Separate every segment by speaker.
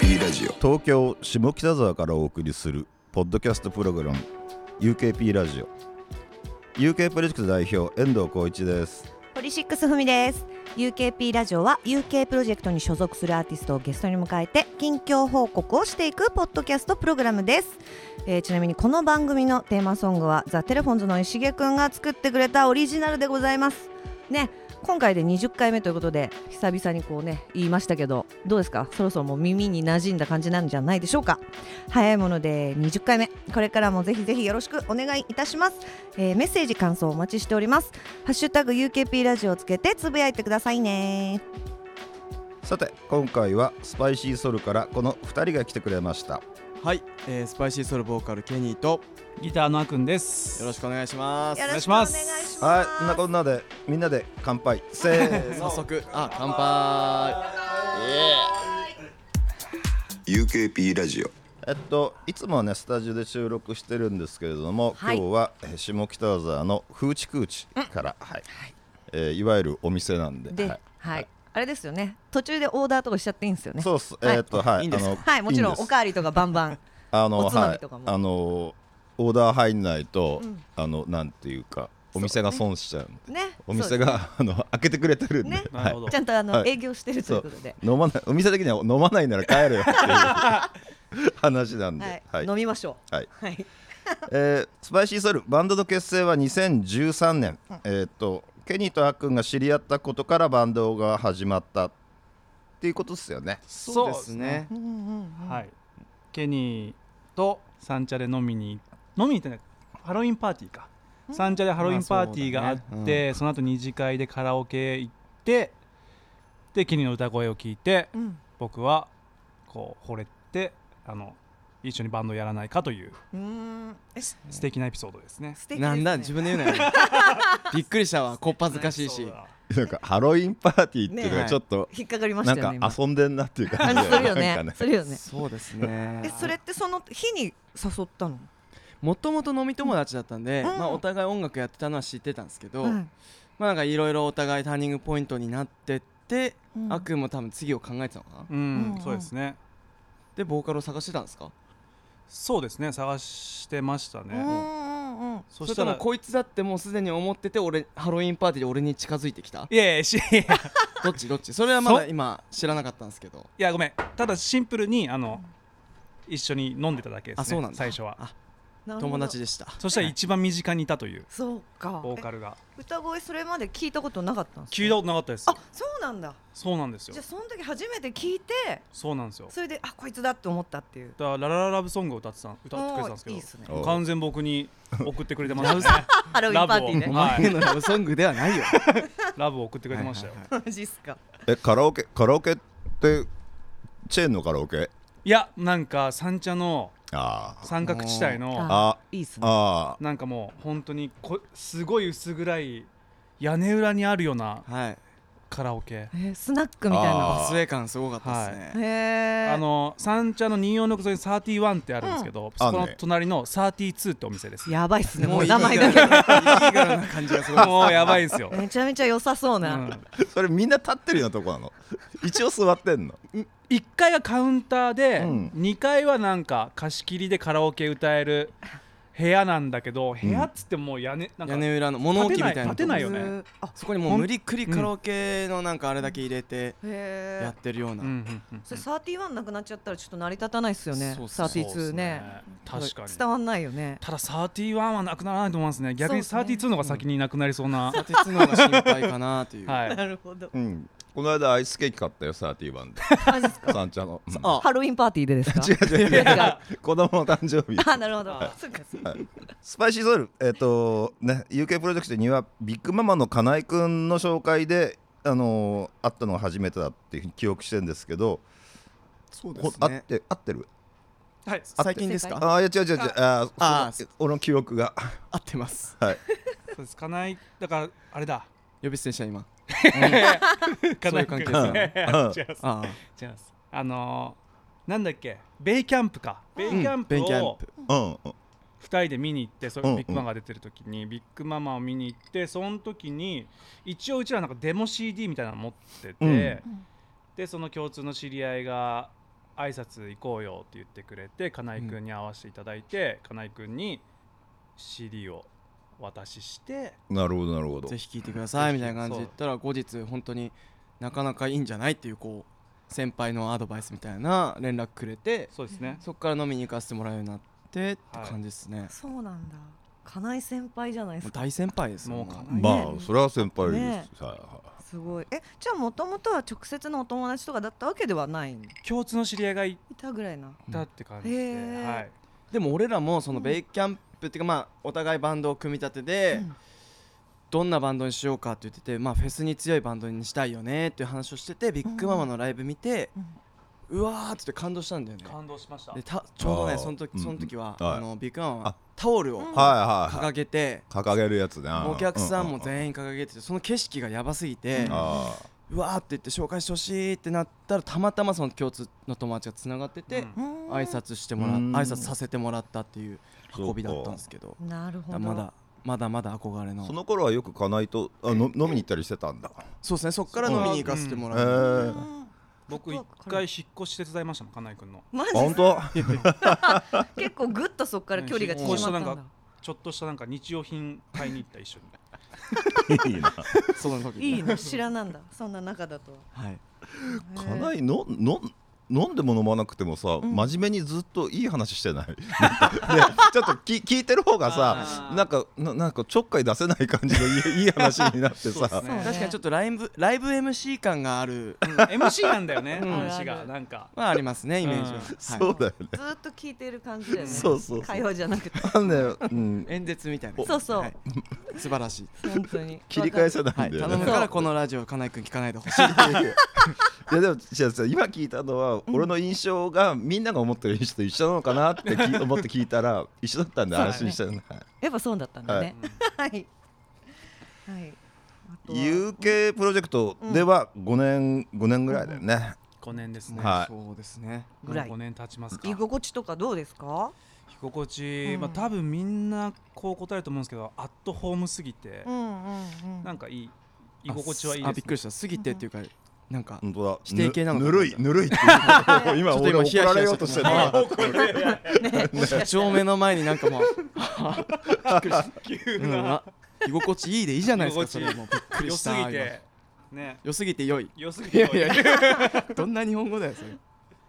Speaker 1: 東京下北沢からお送りするポッドキャストプログラム UKP ラジオ UK プロジェクト代表遠藤浩一です
Speaker 2: ポリシックスふみです UKP ラジオは UK プロジェクトに所属するアーティストをゲストに迎えて近況報告をしていくポッドキャストプログラムです、えーちなみにこの番組のテーマソングはザ・テレフォンズの石毛くんが作ってくれたオリジナルでございますね今回で20回目ということで久々にこうね言いましたけどどうですかそろそろもう耳に馴染んだ感じなんじゃないでしょうか早いもので20回目これからもぜひぜひよろしくお願いいたします、えーメッセージ感想お待ちしておりますハッシュタグ UKP ラジオをつけてつぶやいてくださいね。
Speaker 1: さて今回はスパイシーソルからこの2人が来てくれました
Speaker 3: はい、えー、スパイシーソルボーカルケニーと
Speaker 4: ギターのあくんです。
Speaker 3: よろしくお願いします
Speaker 2: よ
Speaker 4: ろ
Speaker 2: ろし
Speaker 4: し
Speaker 2: く
Speaker 4: く
Speaker 2: お
Speaker 4: お
Speaker 2: 願
Speaker 4: 願
Speaker 2: いし
Speaker 4: いし
Speaker 2: ます。
Speaker 1: はいそんなこんなでみんなで乾杯せー
Speaker 3: 早
Speaker 1: の
Speaker 3: 速あ乾杯
Speaker 5: UKP ラジオ
Speaker 1: えっといつもはねスタジオで収録してるんですけれども、
Speaker 2: はい
Speaker 1: 今日はえー下北沢の風知空知から、はい、えーいわゆるお店なんで
Speaker 2: で、
Speaker 1: は
Speaker 2: はいい、あれですよね。途中でオーダーとかしちゃっていいんですよね。
Speaker 1: そうっす、
Speaker 2: はい
Speaker 1: えーっとはい
Speaker 3: いいんですか
Speaker 1: あの
Speaker 2: はい、もちろ
Speaker 1: い
Speaker 2: ん
Speaker 1: い
Speaker 2: お
Speaker 1: です
Speaker 2: かわりとかバン バン。
Speaker 1: あの
Speaker 2: おつまみ
Speaker 1: はい
Speaker 2: とかも
Speaker 1: あのオーダー入んないと、
Speaker 2: うん
Speaker 1: あのなんていうかお店が損しちゃう
Speaker 2: ね。
Speaker 1: お店があの開けてくれてるんで、
Speaker 2: ね
Speaker 4: な るほど。
Speaker 2: ちゃんとあの、
Speaker 1: はい
Speaker 2: 営業してるということで。
Speaker 1: 飲まないお店的には飲まないなら帰れよって いう話なんで、
Speaker 2: はい、
Speaker 1: はい
Speaker 2: 飲みましょう。
Speaker 1: はい
Speaker 2: はい。
Speaker 1: えースパイシーソウルバンドの結成は2013年、えーっとケニーとあっくんが知り合ったことからバンドが始まったっていうことですよ ね
Speaker 3: そうですね
Speaker 2: うんうんうん
Speaker 4: はい。ケニーとサンチャで飲みに飲みに行ってないハロウィンパーティーか。サンチャでハロウィンパーティーがあって、
Speaker 3: まあそ
Speaker 4: そ
Speaker 3: だ
Speaker 4: う
Speaker 3: ね
Speaker 4: の後二次会でカラオケ行って、でケニーの歌声を聞いて、
Speaker 2: うん
Speaker 4: 僕はこう惚れてあの一緒にバンドやらないかという
Speaker 2: うーん。え、す
Speaker 4: 素敵なエピソードですね。
Speaker 2: 素敵ですね。
Speaker 3: なんだ自分で言うな よびっくりしたわこっぱずかしいし
Speaker 4: そうだ
Speaker 1: なんかハロウィンパーティーっていうの
Speaker 3: ね
Speaker 1: が
Speaker 3: え
Speaker 1: ちょっと、
Speaker 2: 引っかかりまし
Speaker 1: なん
Speaker 2: たよ
Speaker 1: か
Speaker 2: ね。今
Speaker 1: 遊んでんなっていう
Speaker 2: あ
Speaker 1: 感
Speaker 2: の
Speaker 1: じ
Speaker 2: す
Speaker 1: が
Speaker 2: るよ
Speaker 1: なん
Speaker 2: ね
Speaker 1: か。
Speaker 2: するよね。
Speaker 3: そうですね
Speaker 2: え、それってその日に誘ったの。
Speaker 3: もともと飲み友達だったんで、
Speaker 2: うん
Speaker 3: まあ、お互い音楽やってたのは知ってたんですけど、
Speaker 2: はい
Speaker 3: まあなんかいろいろお互いターニングポイントになってって、
Speaker 2: うん
Speaker 3: あっくんも多分次を考えてたのかな
Speaker 4: うん
Speaker 2: う、ん
Speaker 4: そうですね。
Speaker 3: でボーカルを探してたんですか
Speaker 4: そうですね。探してました
Speaker 2: うん
Speaker 4: ね。
Speaker 2: うんうん。
Speaker 4: そ
Speaker 3: そ
Speaker 4: し
Speaker 3: したた
Speaker 4: ら
Speaker 3: らこいつだってもうすでに思ってて俺ハロウィンパーティーで俺に近づいてきた
Speaker 4: いやいやし。
Speaker 3: どっちどっちそれはまだ
Speaker 4: そ
Speaker 3: 今知らなかったんですけど
Speaker 4: いやごめんただシンプルにあの一緒に飲んでただけですね
Speaker 3: あそうなんだ
Speaker 4: 最初は
Speaker 3: あ
Speaker 2: なるほど
Speaker 3: 友達。でした
Speaker 4: そしたら一番身近にいたという
Speaker 2: そうか。
Speaker 4: ボーカルが
Speaker 2: え歌声それまで聞いたことなかったんですか
Speaker 4: 聞いたことなかったです
Speaker 2: あそうなんだ
Speaker 4: そうなんですよ
Speaker 2: じゃあその時初めて聞いて
Speaker 4: そうなんですよ
Speaker 2: それであこいつだって思ったって いう
Speaker 4: だからララララブソングを歌ってた歌ってくれてたんですけ
Speaker 2: おーいいっ
Speaker 4: ど
Speaker 2: すね
Speaker 1: お
Speaker 4: 完全 僕に送ってくれてましたね
Speaker 2: ハロウィンパーティー
Speaker 4: ラ
Speaker 2: ね
Speaker 3: お
Speaker 4: ブを
Speaker 3: 前のラブソングではないよ
Speaker 4: ラブを送ってくれてましたよ
Speaker 3: はいはい
Speaker 2: マジっすか
Speaker 1: えカラオケカラオケってチェーンのカラオケ
Speaker 4: いやなんか三茶の
Speaker 1: あー
Speaker 4: 三角地帯の
Speaker 1: あ
Speaker 2: いいっすね
Speaker 1: あ
Speaker 4: なんかもう本当にこすごい薄暗い屋根裏にあるような
Speaker 3: はいはい
Speaker 4: カラオケ
Speaker 2: えースナックみたいな
Speaker 1: あー
Speaker 3: スウェー感すごかったですね、
Speaker 2: へえ
Speaker 4: あの三茶の246沿いに31ってあるんですけど、そこの隣の32ってお 店です
Speaker 2: やばいっすね
Speaker 3: も
Speaker 2: も
Speaker 3: う
Speaker 2: う
Speaker 3: いいぐ
Speaker 2: 名
Speaker 3: ら
Speaker 2: 前
Speaker 3: い
Speaker 2: だ け
Speaker 3: いいぐらいな感じがすごい
Speaker 4: もうやばいんですよ、
Speaker 2: めちゃめちゃ良さそう
Speaker 4: う、
Speaker 2: なん
Speaker 1: それみんな立ってるようなとこなの一応座ってんの
Speaker 4: 1階がカウンターで、
Speaker 1: うん
Speaker 4: 2階はなんか貸し切りでカラオケ歌える部屋なんだけど部屋っつってもう屋根なんか、
Speaker 3: 屋根裏の物置みたいな
Speaker 4: 立てないよね
Speaker 2: へーあ
Speaker 3: そこにもう無理くりカラオケのなんかあれだけ入れてや
Speaker 2: へえ
Speaker 3: ってるよう
Speaker 4: う
Speaker 3: なん
Speaker 4: うんうん
Speaker 2: それ31なくなっちゃったらちょっと成り立たないっすよね
Speaker 3: そうっす
Speaker 2: 32ね
Speaker 4: そうっすね確か
Speaker 2: 伝
Speaker 4: に
Speaker 2: わんないよ ね
Speaker 4: ただ31はなくならないと思いますね逆に
Speaker 2: そうっすね
Speaker 4: 32の方が先になくなりそうな、
Speaker 3: 立てつのが心配かなという、
Speaker 4: はい
Speaker 2: るほど
Speaker 1: うんこの間アイスケーキ買ったよ31で
Speaker 2: マジっすか
Speaker 1: 三茶の、うん
Speaker 3: あ
Speaker 2: ハロウィンパーティーでですか
Speaker 1: 違う違う違う
Speaker 2: 違う
Speaker 1: 子供の誕生日
Speaker 2: あなるほどそっかそっか
Speaker 1: スパイシーソウルえっ、とね UK プロジェクトにはビッグママの金井くんの紹介であのー、会ったのが初めてだっていうふうに記憶してるんですけど
Speaker 3: そう
Speaker 1: こ会って会ってる
Speaker 4: はい、
Speaker 3: 最近ですか
Speaker 1: ああいや違う違う違うあー
Speaker 3: あー
Speaker 1: そう俺の記憶が
Speaker 3: 合ってます
Speaker 1: はい
Speaker 4: そうですかないだからあれだ
Speaker 3: 呼び捨てした今
Speaker 1: う
Speaker 3: そういう関係
Speaker 4: かな 違います
Speaker 3: ああ
Speaker 4: 違いますあのー、なんだっけベイキャンプかベイキャンプ
Speaker 3: ベンキャン
Speaker 4: を
Speaker 3: プ
Speaker 1: うんうん
Speaker 4: 2人で見に行ってそれ
Speaker 1: うんうん
Speaker 4: ビッグママが出てる時に、ビッグママを見に行ってその時に一応うちらなんかデモ CD みたいなの持ってて、
Speaker 1: うん
Speaker 2: うん
Speaker 4: でその共通の知り合いが挨拶行こうよって言ってくれて金井君に会わせていただいて、金井君に CD を渡しして
Speaker 1: なるほどなるほど
Speaker 3: ぜひ聴いてくださいみたいな感じで言ったら後日本当になかなかいいんじゃないっていうこう先輩のアドバイスみたいな連絡くれて
Speaker 4: そうですね
Speaker 3: そこから飲みに行かせてもらうようになってって感じですね、
Speaker 2: そうなんだ金井先輩じゃないで
Speaker 3: もう
Speaker 2: すか
Speaker 3: 大先輩ですよ
Speaker 4: もうかな
Speaker 2: り
Speaker 1: まあそれは先輩で
Speaker 2: ね
Speaker 1: す、はいはい
Speaker 2: すごいえじゃあもともとは直接のお友達とかだったわけではないい
Speaker 4: 共通の知り合いがい
Speaker 2: たぐらいな
Speaker 4: たって感じで、
Speaker 2: うんへー
Speaker 4: はい、
Speaker 3: でも俺らもそのベイキャンプっていうかまあお互いバンドを組み立てで、
Speaker 2: うん
Speaker 3: どんなバンドにしようかって言ってて、まあ、フェスに強いバンドにしたいよねっていう話をしててビッグママのライブ見て、うわーっつって感動したんだよね
Speaker 4: 感動しました
Speaker 3: でたちょうど
Speaker 1: あ
Speaker 3: ね
Speaker 1: ー
Speaker 3: その時
Speaker 1: うん
Speaker 3: その時は、
Speaker 1: はい
Speaker 3: あのビッグママは
Speaker 1: あ
Speaker 3: タオルを
Speaker 2: うん
Speaker 1: はいはいは
Speaker 3: 掲げて、
Speaker 1: い掲げるやつね
Speaker 3: お客さんも
Speaker 1: 員
Speaker 3: 全員掲げててその景色がやばすぎて、
Speaker 1: ああ
Speaker 3: うわーって言って紹介してほしいってなったらたまたまその共通の友達がつながってて、
Speaker 2: うん
Speaker 3: 挨拶してもら
Speaker 1: うん
Speaker 3: 挨拶させてもらったっていう運びだったんですけど
Speaker 2: なるほ
Speaker 3: だ
Speaker 2: ど
Speaker 3: まだまだまだ憧れの
Speaker 1: その頃はよく金井とあの飲みに行ったりしてたんだ
Speaker 3: そうですねそっから飲みに行かせても
Speaker 1: へえ
Speaker 3: らう、
Speaker 2: うん
Speaker 4: 僕一回引っ越し手伝いましたもん金井君の
Speaker 2: マジ
Speaker 1: 本当
Speaker 2: 結構ぐっとそこから距離が縮まったんだ
Speaker 4: うんちょっとしたなんか日用品買いに行った 一緒に
Speaker 1: い いな
Speaker 3: その時ね
Speaker 2: いいの知らなんだそんな中だとは
Speaker 3: はい
Speaker 1: 金井のの飲んでも飲まなくてもさ、
Speaker 2: ん
Speaker 1: 真面目にずっといい話してない なんかねちょっとき聞いてる方がさ
Speaker 4: あー
Speaker 1: なんかななんかちょっかい出せない感じのいいいい話になって
Speaker 4: そう
Speaker 1: さ
Speaker 4: ですね
Speaker 2: そう
Speaker 3: 確かにちょっとライブライブ MC 感がある
Speaker 4: うん MC なんだよね
Speaker 3: うん
Speaker 4: 話
Speaker 2: あるあ
Speaker 4: が
Speaker 2: る
Speaker 4: なんか
Speaker 3: まあありますねイメージ
Speaker 4: うん
Speaker 3: は、
Speaker 1: そ
Speaker 3: は
Speaker 1: うだよね
Speaker 2: ずーっと聞いてる感じだよね
Speaker 1: そうそうそう
Speaker 2: 会話じゃなくて
Speaker 1: あのね、うん
Speaker 3: い、、演説みたいな
Speaker 2: そうそう
Speaker 3: はい素晴らしい、
Speaker 2: 本当に
Speaker 1: 切り返せない
Speaker 3: は
Speaker 1: ん
Speaker 3: い、
Speaker 1: だよ
Speaker 3: 頼
Speaker 1: ね、
Speaker 3: むからこのラジオ金井君聞かないでほ しい
Speaker 1: いやでもじゃあさ今聞いたのは、俺の印象がみんなが思ってる印象と一緒なのかなって 聞い思って聞いたら一緒だったんで
Speaker 2: そうだね
Speaker 1: 安心したよね
Speaker 2: やっぱそうだったんだねはいはいあとは
Speaker 1: UK プロジェクトでは5年5年ぐらいだよね、
Speaker 4: 5年ですね、
Speaker 1: はい
Speaker 3: そうですね
Speaker 2: ぐらい
Speaker 4: もう5年経ちますか
Speaker 2: 居心地とかどうですか
Speaker 4: 居心地、
Speaker 2: うん
Speaker 4: まあ、多分みんなこう答えると思うんですけどアットホームすぎて、
Speaker 2: んうんうん
Speaker 4: なんかいい居心地はいい
Speaker 3: あ
Speaker 4: で
Speaker 3: びっ
Speaker 4: す
Speaker 3: くりした過ぎてっていうかなんか
Speaker 1: 本当だ
Speaker 3: 否定形なのか
Speaker 1: ぬ
Speaker 3: な
Speaker 1: ぬるいぬるいっていうことを今
Speaker 3: ちょっと
Speaker 1: 俺
Speaker 3: 今
Speaker 1: 怒られようとしてる
Speaker 3: ヒヤ
Speaker 1: な
Speaker 3: 社長目の前になんかもう
Speaker 4: 急
Speaker 3: うんあ居心地いいでいいじゃないですかそれもうびっくり
Speaker 4: 良
Speaker 3: し
Speaker 4: す
Speaker 3: た
Speaker 4: ぎてね
Speaker 3: 良すぎて良い
Speaker 4: 良すぎ
Speaker 3: い
Speaker 4: て
Speaker 3: やいやいやどんな日本語だよそれ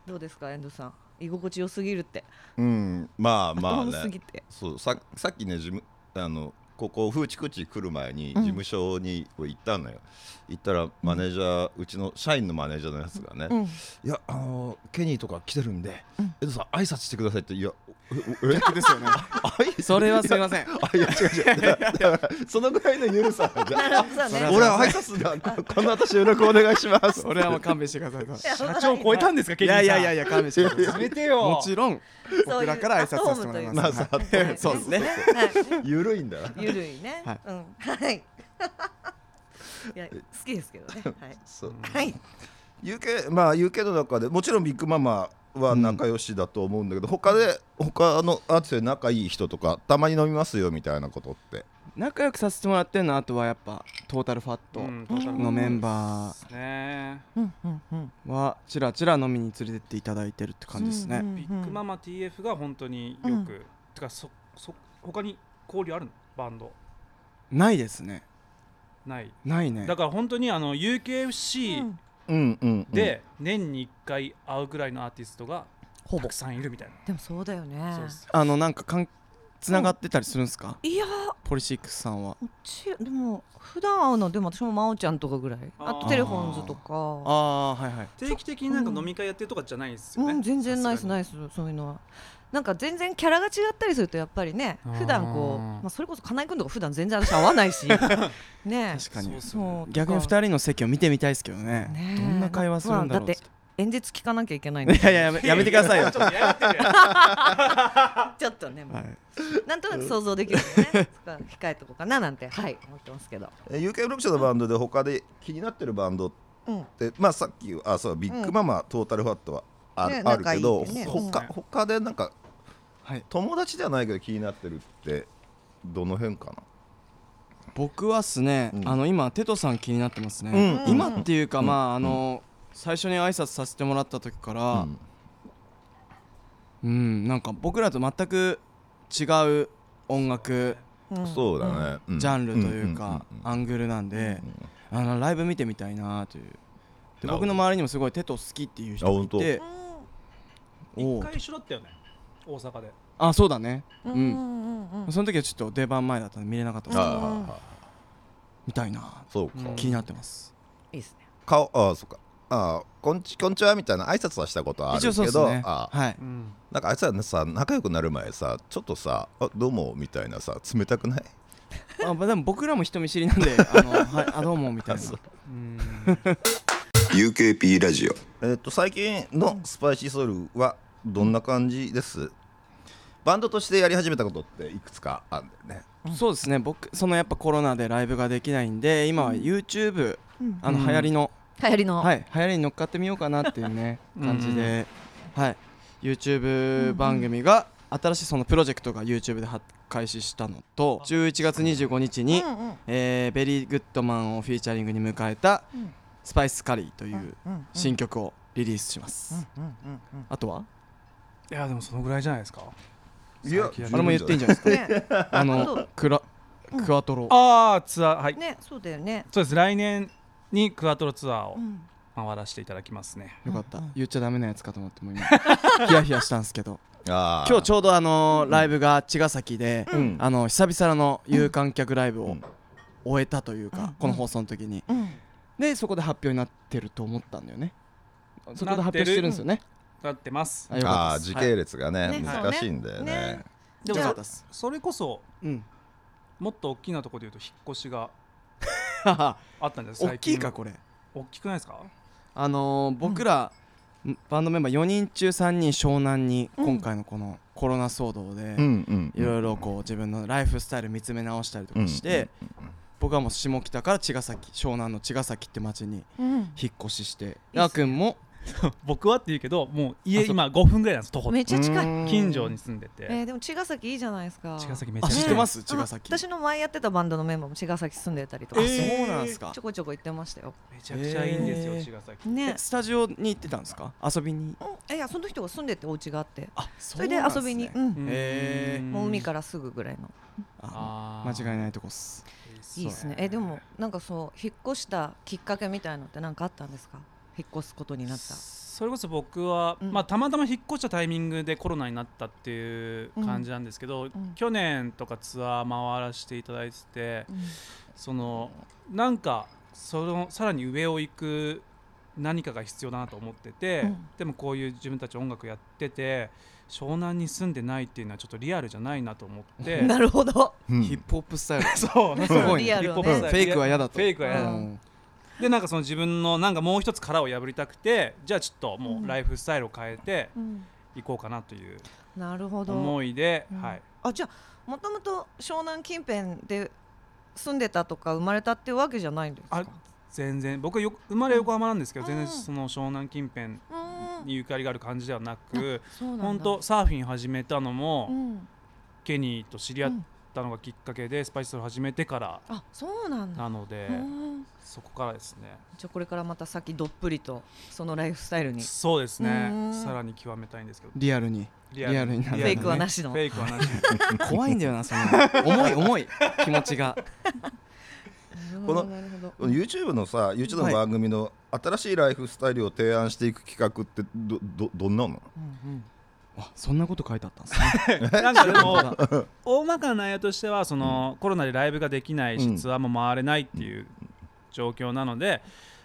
Speaker 2: どうですか遠藤さん居心地良すぎるって
Speaker 1: うんまあまあ
Speaker 2: 頭すぎ
Speaker 1: ね
Speaker 2: て
Speaker 1: そうささっきね事務あのここ風知口来る前に
Speaker 2: う
Speaker 1: 事
Speaker 2: ん
Speaker 1: 務所に行ったのよ、行ったらマネージャーうちの社員のマネージャーのやつがね、
Speaker 2: うん
Speaker 1: いやあのケニーとか来てるんで、
Speaker 2: うん
Speaker 1: 江戸さん挨拶してくださいっていやえええ
Speaker 3: 逆ですよね
Speaker 1: 挨拶
Speaker 3: それはすいません
Speaker 1: あいや違う違う だからだからそのぐらいの緩さで
Speaker 2: なるほどね
Speaker 1: 俺は挨拶だここの私よろしくお願いします
Speaker 3: それは もう勘弁してくださいと
Speaker 4: 社長超えたんですか
Speaker 3: い
Speaker 4: ケニー
Speaker 3: や
Speaker 4: さん
Speaker 3: いやいやいや勘弁してくだ
Speaker 4: や
Speaker 3: さ
Speaker 4: め
Speaker 3: い
Speaker 4: てよ
Speaker 3: もちろん僕らから挨拶させてもらい
Speaker 1: まあ
Speaker 3: ます
Speaker 1: さ
Speaker 3: は
Speaker 2: そういう
Speaker 3: いそうですね
Speaker 2: はい
Speaker 1: ゆるいんだな
Speaker 2: ゆるいね
Speaker 3: はい
Speaker 2: うんはい いや好きですけどねはい
Speaker 1: そう
Speaker 2: はい
Speaker 1: UK まあ UK の中でもちろんビッグママは仲良しだと思うんだけど、他で他のアーティストで仲いい人とかたまに飲みますよみたいなことって
Speaker 3: 仲良くさせてもらってるのはあとはやっぱトータルファッ
Speaker 4: う
Speaker 3: ト
Speaker 4: んトータル
Speaker 3: のメンバ
Speaker 4: ね
Speaker 2: うんうんうん
Speaker 3: ーはちらちら飲みに連れてっていただいてるって感じです
Speaker 2: うん
Speaker 3: ね
Speaker 2: うん
Speaker 4: ビッグママ TF が本当によく、てかそそ他に交流あるのバンド
Speaker 3: ないですね
Speaker 4: ない
Speaker 3: ないね
Speaker 4: だから本当にあの
Speaker 2: う
Speaker 4: UKFC
Speaker 2: ん
Speaker 1: うんうん、うん、
Speaker 4: で年に1回会うぐらいのアーティストが
Speaker 2: ほぼ
Speaker 4: たくさんいるみたい
Speaker 2: でもそうだよね
Speaker 4: なそうです
Speaker 3: あのなんかかんつながってたりするんですか
Speaker 2: いや
Speaker 3: ポリシックスさんは
Speaker 2: うちでも普段会うのでも私も真央ちゃんとかぐらい
Speaker 4: あー
Speaker 2: あとテレフォンズとか
Speaker 3: ああーはいはい
Speaker 4: 定期的になんか飲み会やってるとかじゃないですよ
Speaker 2: う
Speaker 4: ね、
Speaker 2: ん全然ナイス
Speaker 4: さす
Speaker 2: ナ
Speaker 4: がに
Speaker 2: イスそういうのはなんか全然キャラが違ったりするとやっぱりね
Speaker 4: あー
Speaker 2: 普段こうまあそれこそ金井君とか普段全然私会わないしね
Speaker 3: 確かに
Speaker 2: そう
Speaker 3: 逆に二人の席を見てみたいですけどね
Speaker 2: ねえ
Speaker 3: どんな会話するんだろう
Speaker 2: まあだ
Speaker 3: っ
Speaker 2: って演説聞かなきゃいけないん だ
Speaker 3: いやいややめやめてくだ さいよ
Speaker 4: ちょっとやめてよ
Speaker 2: ちょっとねもう
Speaker 3: はい
Speaker 2: なんとなく想像できる よねそこは控えとこうかななんてはい思ってますけど
Speaker 1: え UK ブロック社のバンドで他で気になってるバンドっ
Speaker 2: うん
Speaker 1: てまあさっきあそうビッグママ、トータルファットはあ,、
Speaker 2: ね
Speaker 1: あるけど
Speaker 2: 仲いいってね
Speaker 1: 他
Speaker 4: うん
Speaker 1: 他でなんか
Speaker 3: はい
Speaker 1: 友達ではないけど気になってるってどの辺か
Speaker 3: 僕はっすね、
Speaker 1: うん
Speaker 3: あの今テトさん気になってますね、
Speaker 1: うん
Speaker 3: 今っていうか、
Speaker 1: うん
Speaker 3: まああの、最初に挨拶させてもらった時か
Speaker 1: な、
Speaker 3: ら、
Speaker 1: うん
Speaker 3: うんなんか僕らと全く違う音楽
Speaker 2: うん
Speaker 1: そうだね、うん
Speaker 3: ジャンルというか
Speaker 1: うんうんうん
Speaker 3: アングルなんであのライブ見てみたいなというで
Speaker 1: なるほど
Speaker 3: 僕の周りにもすごいテト好きっていう人
Speaker 1: あ
Speaker 3: がい
Speaker 1: 本当
Speaker 3: てお
Speaker 4: 一
Speaker 3: う
Speaker 4: 回一緒だったよね大阪で
Speaker 3: あそうだね
Speaker 2: うん
Speaker 3: う
Speaker 2: うんんうんうんうん
Speaker 3: その時はちょっと出番前だったんで見れなかったん
Speaker 1: うん
Speaker 3: ですけど
Speaker 2: うん
Speaker 1: ああ
Speaker 3: 見たいな
Speaker 1: そうか、
Speaker 4: うん
Speaker 3: 気になってます
Speaker 2: いいですね
Speaker 1: 顔ああそっかああこんちこんちはみたいな挨拶はしたことはあ
Speaker 3: 一応
Speaker 1: る
Speaker 3: そう
Speaker 1: け
Speaker 3: です
Speaker 1: ど、
Speaker 3: ね
Speaker 1: ああ
Speaker 3: はい
Speaker 4: うん
Speaker 1: なんかあいつらさ仲良くなる前さちょっとさ「あどうも」みたいなさ冷たくない
Speaker 3: あまあでも僕らも人見知りなんであの はいあどうもみたいな
Speaker 4: うん
Speaker 5: UKP ラジオ
Speaker 1: えっと最近のスパイシーソウルはどんな感じですバンドとしてやり始めたことっていくつかあるんだよね
Speaker 3: そうですね僕そのやっぱコロナでライブができないんで今は YouTube
Speaker 2: うん
Speaker 3: あの
Speaker 4: うん
Speaker 3: 流行りの
Speaker 2: 流行りの
Speaker 3: はい流行りに乗っかってみようかなっていう ね
Speaker 4: うん
Speaker 3: 感じではい YouTube
Speaker 2: うん
Speaker 3: 番組が新しいそのプロジェクトが YouTube で発開始したのと11月25日に
Speaker 2: うんうん
Speaker 3: えーベリーグッドマンをフィーチャリングに迎えた
Speaker 2: うん
Speaker 3: 「スパイスカリー」とい
Speaker 2: うん
Speaker 3: う
Speaker 2: うんうん
Speaker 3: 新曲をリリースしま
Speaker 2: うん
Speaker 3: す
Speaker 2: うんうんうん
Speaker 3: あとはい
Speaker 4: やでもそのぐら いじゃないですか
Speaker 1: いや
Speaker 4: 最近
Speaker 3: あれも言っていいんじゃないですか
Speaker 2: ね
Speaker 3: あ
Speaker 2: あと
Speaker 3: のクラ
Speaker 2: うん
Speaker 3: クワトロ
Speaker 4: ああツアーはい
Speaker 2: ねそうだよね
Speaker 4: そうです来年にクワトロツアーを
Speaker 2: うん
Speaker 4: 回らせていただきますね
Speaker 3: よかった
Speaker 2: うんうん
Speaker 3: 言っちゃダメなやつかと思ってもう今 ヒヤヒヤしたんですけど
Speaker 1: ああ
Speaker 3: 今日ちょうどあのーライブが茅ヶ崎で
Speaker 1: うん、うん
Speaker 3: あの久々の有観客ライブ
Speaker 1: う
Speaker 3: を
Speaker 1: ん
Speaker 3: 終えたという
Speaker 2: うんうん
Speaker 3: かこの放送の時に
Speaker 2: うん
Speaker 3: でそこで発表になってると思ったんだよねそこで
Speaker 4: なって
Speaker 3: 発
Speaker 4: る
Speaker 3: 表してるんですよね
Speaker 4: なってます
Speaker 3: あよ
Speaker 1: あ
Speaker 3: か
Speaker 1: あ
Speaker 3: ったで
Speaker 1: 時
Speaker 3: す
Speaker 1: 系列がね、
Speaker 2: はいね
Speaker 1: 難しいんだよね
Speaker 2: そうね
Speaker 3: でもよかったです
Speaker 4: それこそ
Speaker 3: うん
Speaker 4: もっと大きなところで言うと引っ越しがあったんです
Speaker 3: 大きいか
Speaker 4: れ
Speaker 3: これ
Speaker 4: 大きくないですか
Speaker 3: あのー僕らバンドメンバー4人中3人湘南に今回のこのコロナ騒動で
Speaker 1: うんうん
Speaker 3: いろいろこう自分のライフスタイル見つめ直したりとかして、僕はもう下北から茅ヶ崎湘南の茅ヶ崎って町に
Speaker 2: うん
Speaker 3: 引っ越ししてヤーくんも
Speaker 4: 僕はって言うけどもう
Speaker 3: あ
Speaker 4: 家
Speaker 3: そう
Speaker 4: 今5分ぐらいなんです徒歩で
Speaker 2: めっちゃ近い
Speaker 4: 近所に住んでて、
Speaker 2: えーでも茅ヶ崎いいじゃないですか
Speaker 4: 茅ヶ崎めちゃ
Speaker 3: あ
Speaker 4: くちゃ
Speaker 2: ね
Speaker 3: 知ってます茅
Speaker 2: あ
Speaker 3: ヶ崎
Speaker 2: 私の前やってたバンドのメンバーも茅ヶ崎住んでたりとか
Speaker 3: あ
Speaker 2: して
Speaker 3: そうなんですか
Speaker 2: ちょこちょこ行ってましたよ
Speaker 4: めちゃくちゃいいんですよ、
Speaker 3: えー
Speaker 4: 茅ヶ崎
Speaker 2: ね
Speaker 3: えスタジオに行ってたんですか遊びに
Speaker 2: うんいやその人が住んでてお家があって
Speaker 3: あ
Speaker 2: そ
Speaker 3: そ
Speaker 2: れで遊びに、うん
Speaker 3: へー
Speaker 2: もう海かららすぐぐらいの
Speaker 3: あ
Speaker 4: 間
Speaker 3: 間違いないとこっす
Speaker 2: いいですねえでもなんかそう引っ越したきっかけみたいのって何かあったんですか引っ越すことになった
Speaker 4: それこそ僕は、
Speaker 2: うん
Speaker 4: まあ、たまたま引っ越したタイミングでコロナになったっていう感じなんですけど、
Speaker 2: ん
Speaker 4: 去年とかツアー回らせていただいててそのなんかそのさらに上を行く何かが必要だなと思ってて、
Speaker 2: うん
Speaker 4: でもこういう自分たち音楽やってて湘南に住んでないっていうのはちょっとリアルじゃないなと思って
Speaker 2: うん なるほど
Speaker 1: うん
Speaker 3: ヒップホップスタイル
Speaker 4: そうなん
Speaker 3: す
Speaker 4: か
Speaker 3: ごい
Speaker 2: リア
Speaker 3: ね
Speaker 2: ルを
Speaker 4: リップホップス
Speaker 3: フ
Speaker 4: タ
Speaker 2: ね
Speaker 4: イ
Speaker 3: ェ
Speaker 4: ル
Speaker 3: イクは嫌だと
Speaker 4: フェイクは嫌
Speaker 2: だ
Speaker 3: うん
Speaker 4: でなんかその自分のなんかもう一つ殻を破りたくてじゃあちょっともうライフスタイルを変えて
Speaker 2: うん
Speaker 4: いこうかなという
Speaker 2: なるほど
Speaker 4: 思いで、
Speaker 2: うん
Speaker 4: はい、
Speaker 2: あじゃあもともと湘南近辺で住んでたとか生まれたっていうわけじゃないんですか
Speaker 4: あ全然僕はよ生まれ横浜なんですけど、
Speaker 2: うん
Speaker 4: 全然その湘南近辺
Speaker 2: うん
Speaker 4: にゆかりがある感じではなく、
Speaker 2: そうなんだ
Speaker 4: 本当サーフィン始めたのも、
Speaker 2: うん
Speaker 4: ケニーと知り合ったのがきっかけで、スパイスソル始めてから
Speaker 2: あそうなんだ
Speaker 4: なので、
Speaker 2: うん
Speaker 4: そこからですね
Speaker 2: じゃあこれからまた先どっぷりとそのライフスタイルに
Speaker 4: そうですね、
Speaker 2: うん
Speaker 4: さらに極めたいんですけど
Speaker 3: リアルに
Speaker 4: リ
Speaker 3: アルになる
Speaker 2: フェイクはなしの
Speaker 4: フェイクはなし
Speaker 3: 怖いんだよなその 重い重い気持ちが
Speaker 1: この
Speaker 2: なるほど
Speaker 1: この YouTube のさ YouTube の番組の新しいライフスタイルを提案していく企画ってどどどんなの
Speaker 3: あそんなこと書いてあったんですね
Speaker 4: なんかでも大まかな内容としてはその、コロナでライブができないし、
Speaker 1: うん
Speaker 4: ツアーも回れないっていう状況なので、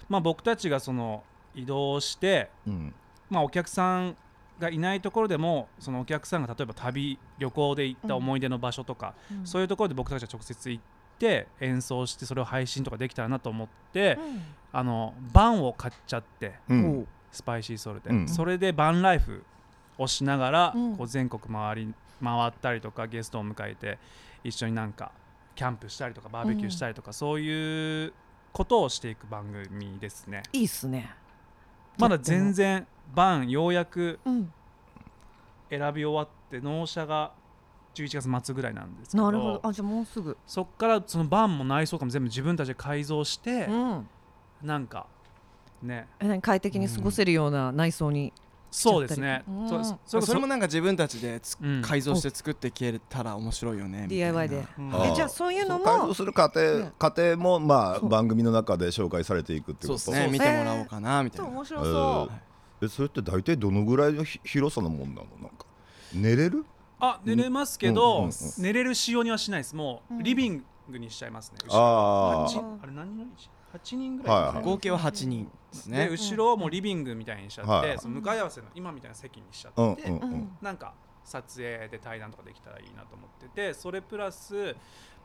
Speaker 4: まあ、僕たちがその移動して、
Speaker 1: うん
Speaker 4: まあ、お客さんがいないところでもそのお客さんが例えば旅旅行で行った思い出の場所とか、そういうところで僕たちが直接行って演奏してそれを配信とかできたらなと思って、あのバンを買っちゃって
Speaker 1: うん
Speaker 4: スパイシーソルで、
Speaker 1: うん
Speaker 4: それでバンライフをしながら、
Speaker 2: うん
Speaker 4: こう全国回り回ったりとかゲストを迎えて一緒になんかキャンプしたりとかバーベキューしたりとか、そういうことをしていく番組ですね。
Speaker 2: いいっすね
Speaker 4: まだ全然バンようやく
Speaker 2: うん
Speaker 4: 選び終わって納車が11月末ぐらいなんですけど
Speaker 2: なるほどあじゃあもうすぐ
Speaker 4: そっからそのバンも内装とかも全部自分たちで改造して
Speaker 2: うん
Speaker 4: なんかね
Speaker 2: え何快適に過ごせるような内装に
Speaker 4: そうですね
Speaker 2: うん
Speaker 4: そう
Speaker 3: そ
Speaker 4: それこそ
Speaker 3: れもなんか自分たちでつ、
Speaker 4: うん
Speaker 3: 改造して作って消えたら面白いよねみたいな
Speaker 2: DIY で
Speaker 3: うん
Speaker 1: あー
Speaker 2: えじゃあそういうの
Speaker 1: そ改造
Speaker 2: も
Speaker 1: する過程,、
Speaker 2: ね
Speaker 1: 過程もまあ
Speaker 2: そう
Speaker 1: 番組の中で紹介されていくって
Speaker 3: そう
Speaker 1: こ
Speaker 3: で
Speaker 1: と
Speaker 3: すね見てもらおうかなみたいな
Speaker 6: 面白そう。
Speaker 1: えーえそれって大体どのぐらいのひ広さのもんなのなんか寝れる
Speaker 4: あ寝れますけ
Speaker 1: うんうん
Speaker 4: ど、
Speaker 1: うん
Speaker 4: 寝れる仕様にはしないですもうリビングにしちゃいますね、後ろ
Speaker 1: あ
Speaker 4: 八
Speaker 1: ー
Speaker 4: あれ何人八人ぐらい、
Speaker 1: はい
Speaker 3: 合計は8人です
Speaker 4: で
Speaker 3: ね
Speaker 4: 後ろをもうリビングみたいにしちゃって、
Speaker 1: はい
Speaker 4: その向かい合わせの今みたいな席にしちゃって、
Speaker 1: うんうんう
Speaker 2: うんん
Speaker 4: なんか撮影で対談とかできたらいいなと思っててそれプラス、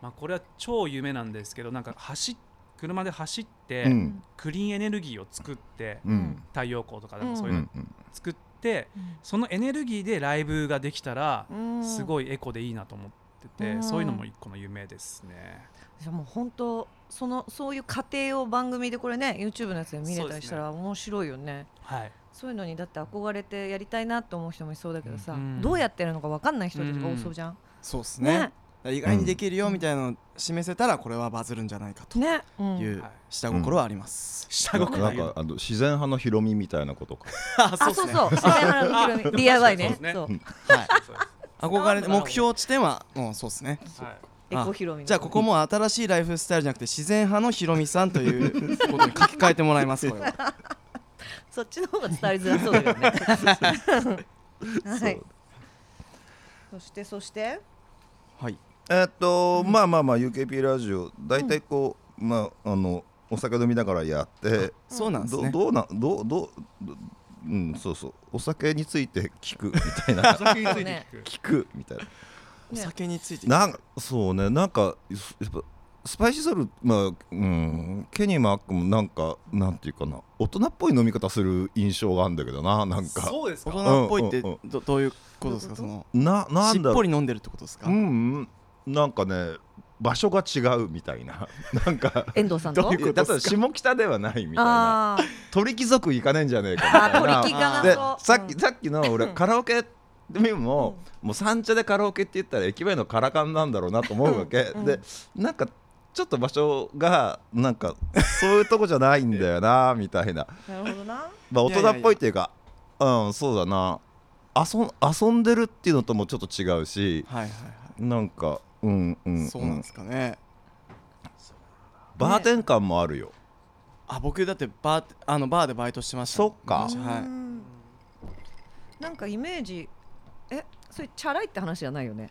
Speaker 4: まあ、これは超夢なんですけどなんか走っ車で走って、
Speaker 1: うん
Speaker 4: クリーンエネルギーを作って、
Speaker 1: うん
Speaker 4: 太陽光とかでもそううんい
Speaker 1: う
Speaker 4: うの
Speaker 1: んうん
Speaker 4: 作って、そのエネルギーでライブができたら、
Speaker 2: うん
Speaker 4: すごいエコでいいなと思ってて、
Speaker 2: うん
Speaker 4: そういうのも一個の夢ですね。
Speaker 2: じゃあもう本当そのそういう過程を番組でこれね YouTube のやつで見れたりしたら面白いよね
Speaker 4: はい、
Speaker 2: そういうのにだって憧れてやりたいなと思う人もいそうだけどさ、
Speaker 4: うん
Speaker 2: どうやってるのか分かんない人たちが多そうじゃん、
Speaker 3: そうですねだ
Speaker 2: ね
Speaker 3: から意外にできるよみたいなのを示せたらこれはバズるんじゃないかと
Speaker 2: ね、うん
Speaker 3: い
Speaker 4: うん
Speaker 3: う下心はあります、
Speaker 4: 下
Speaker 1: なん
Speaker 4: 心
Speaker 1: かなんかあの自然派のヒロミみたいなことか
Speaker 3: あ
Speaker 2: あそうそう自然派のヒロミ DIY ね
Speaker 4: そうですね
Speaker 2: そう
Speaker 3: はい
Speaker 4: そうで
Speaker 3: 憧れ目標地点はもうそうですね
Speaker 4: すはい
Speaker 2: エコヒロミ
Speaker 3: じゃあここも新しいライフスタイルじゃなくて自然派のひろみさんということに書き換えてもらいますこれは
Speaker 2: そっちの方が伝わりづらそうだよねはい そしてそして
Speaker 3: はい
Speaker 1: えーっと、まあまあまあ UKP ラジオ大体こう、まああのお酒飲みながらやって
Speaker 3: そうなんです
Speaker 1: ど
Speaker 3: ね
Speaker 1: どうなんどうどうどううんそうそうお酒について聞くみたい な
Speaker 4: お酒につい
Speaker 2: ね
Speaker 4: て聞く
Speaker 1: 聞くみたいな
Speaker 3: お酒について
Speaker 1: なんそうねなんかすやっぱスパイシーソルまあうんケニーマークもなんかなんていうかな大人っぽい飲み方する印象があるんだけどななんか
Speaker 4: そうです
Speaker 3: 大
Speaker 4: か
Speaker 3: 人っぽいって
Speaker 1: うんうん
Speaker 3: どどういうことですかその
Speaker 1: なな
Speaker 3: しっ
Speaker 1: んだろ
Speaker 3: ぽ
Speaker 1: う
Speaker 3: り飲んでるってことですか
Speaker 1: うんうんなんかね場所が違うみたいな なんか
Speaker 2: 遠藤さんと
Speaker 3: ういうこと
Speaker 1: だ
Speaker 3: っすか
Speaker 1: と下北ではないみたいな
Speaker 2: あー
Speaker 1: 鳥貴族行かねえんじゃねえかみたい
Speaker 2: あ
Speaker 1: な
Speaker 2: ー鳥貴が
Speaker 1: で
Speaker 2: なそう
Speaker 1: さっき、
Speaker 2: うん
Speaker 1: さっきの俺カラオケでも、もう三茶でカラオケって言ったら駅前のカラカンなんだろうなと思うわけ、
Speaker 2: ん
Speaker 1: でなんかちょっと場所がなんかそういうとこじゃないんだよなみたいな
Speaker 2: なるほどな
Speaker 1: まあ大
Speaker 3: いやいや
Speaker 1: 人っぽいっていうかうんそうだな遊ん遊んでるっていうのともちょっと違うし
Speaker 3: はいはい
Speaker 1: なんかうんうん、
Speaker 3: は
Speaker 1: う
Speaker 3: い
Speaker 1: ん、
Speaker 3: そうなんですかね
Speaker 1: バーテン感もあるよ、
Speaker 3: あ僕だってバーあのバーでバイトしてました
Speaker 1: そっか
Speaker 3: 昔はい
Speaker 2: うんなんかイメージえそれチャラいって話じゃないよね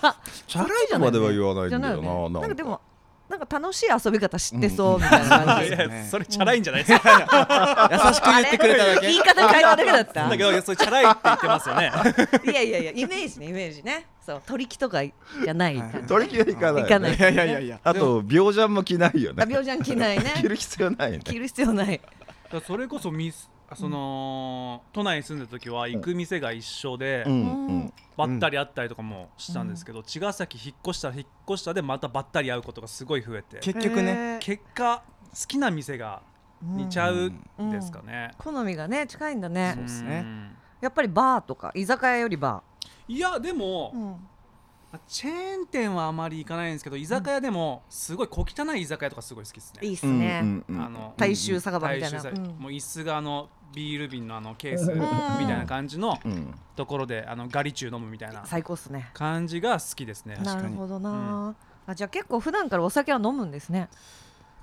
Speaker 1: チャラいとまでは言わないんだよな
Speaker 2: じゃないよね
Speaker 1: な
Speaker 2: なん
Speaker 1: ん
Speaker 2: か
Speaker 1: か
Speaker 2: でもなんか楽しい遊び方知ってそうみたいな感
Speaker 4: い
Speaker 2: じ
Speaker 4: や
Speaker 3: ね
Speaker 4: それチャラいんじゃないですか、
Speaker 3: 優しく言ってくれただけ
Speaker 2: 言い方変えただけだっ
Speaker 4: だけ
Speaker 2: た
Speaker 4: どいやそれチャラいって言ってますよね
Speaker 2: いやいやいやイメージねイメージねそう取引とかじゃない感じ
Speaker 1: 取り切り行かない,、
Speaker 2: 行かない
Speaker 3: いやいやいやいや
Speaker 1: あと病じゃんも着ないよね
Speaker 2: あ病じゃん着ないね
Speaker 1: 着る必要ないね
Speaker 2: 着る必要ない
Speaker 4: だからそれこそミスあその、都内に住んでた時は行く店が一緒で、
Speaker 1: うんうん
Speaker 4: ばったり会ったりとかもしたんですけど、茅ヶ崎引っ越したら引っ越したでまたばったり会うことがすごい増えて
Speaker 3: 結局ね
Speaker 2: へー
Speaker 4: 結果好きな店が似ちゃうんですかね、
Speaker 2: 好みがね近いんだね
Speaker 3: そうっすね
Speaker 4: ん
Speaker 2: やっぱりバーとか居酒屋よりバ
Speaker 4: いやでも、
Speaker 2: ー、うん
Speaker 4: まあチェーン店はあまり行かないんですけど居酒屋でもすごい小汚い居酒屋とかすごい好きですね
Speaker 2: いいっす
Speaker 1: うん
Speaker 2: ね、
Speaker 1: うんうん
Speaker 4: あの
Speaker 2: 大衆酒場み
Speaker 4: 大
Speaker 2: たい
Speaker 4: 衆
Speaker 2: な、
Speaker 4: さ
Speaker 2: うん
Speaker 4: もう椅子があのビール瓶のあのケースみたいな感じの
Speaker 1: うん
Speaker 4: ところであのガリチュウ飲むみたいな
Speaker 2: 最高っすね
Speaker 4: 感じが好きですね。
Speaker 2: な
Speaker 3: かに
Speaker 2: るほどな、あじゃあ結構普段からお酒は飲むんですね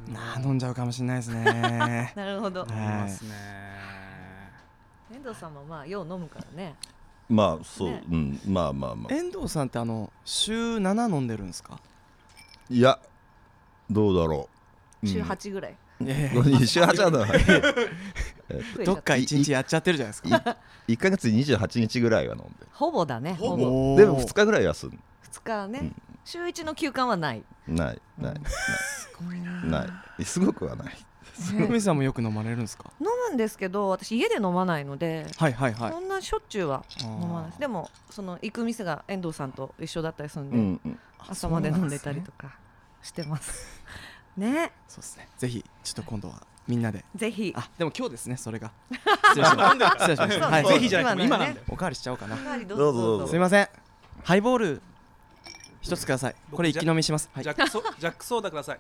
Speaker 3: なあ飲んじゃうかもしれないですね
Speaker 2: なるほど
Speaker 4: 思いますね。
Speaker 2: 遠藤さんもまあよう飲むからね
Speaker 1: まあそう、
Speaker 2: ね
Speaker 1: うんまあまあまあ
Speaker 3: 遠藤さんってあの週7飲んでるんですか
Speaker 1: いやどうだろう、
Speaker 2: 週8ぐらい
Speaker 3: いやい やいや
Speaker 1: うん、週8だな
Speaker 2: 増えちゃ
Speaker 3: ど
Speaker 2: っ
Speaker 3: ったか一日やっちゃってるじゃないですか
Speaker 1: 1か月28日ぐらいは飲んで
Speaker 2: ほぼだねほぼ
Speaker 3: おー
Speaker 1: でも2日ぐらい休ん
Speaker 2: 2日はね、
Speaker 1: うん
Speaker 2: 週1の休館はない
Speaker 1: ないないないないすごくはない
Speaker 3: ひろみさんもよく飲まれるんですか
Speaker 2: 飲むんですけど私家で飲まないので、
Speaker 3: はいはいはい
Speaker 2: そんなしょっちゅうは飲まないです
Speaker 3: で
Speaker 2: でもその行く店が遠藤さんと一緒だったりするん
Speaker 1: う
Speaker 2: で、
Speaker 1: んうん
Speaker 2: 朝まで飲んでたりとかしてます。 ね、
Speaker 3: そうですねぜひちょっと今度はみんなで
Speaker 2: ぜひ。
Speaker 3: あでも今日ですねそれが失礼しました失礼しましたはい
Speaker 4: ぜひじゃなくて
Speaker 2: 今
Speaker 4: 今
Speaker 2: のね
Speaker 4: なんだよ。
Speaker 3: おかわりしちゃおうかな
Speaker 2: おかわりど
Speaker 1: どうぞどう
Speaker 3: す
Speaker 1: ぞ
Speaker 3: いませんハイボール一つくださいこれ一気飲みしますはい
Speaker 4: ジャックソジャックソーダください。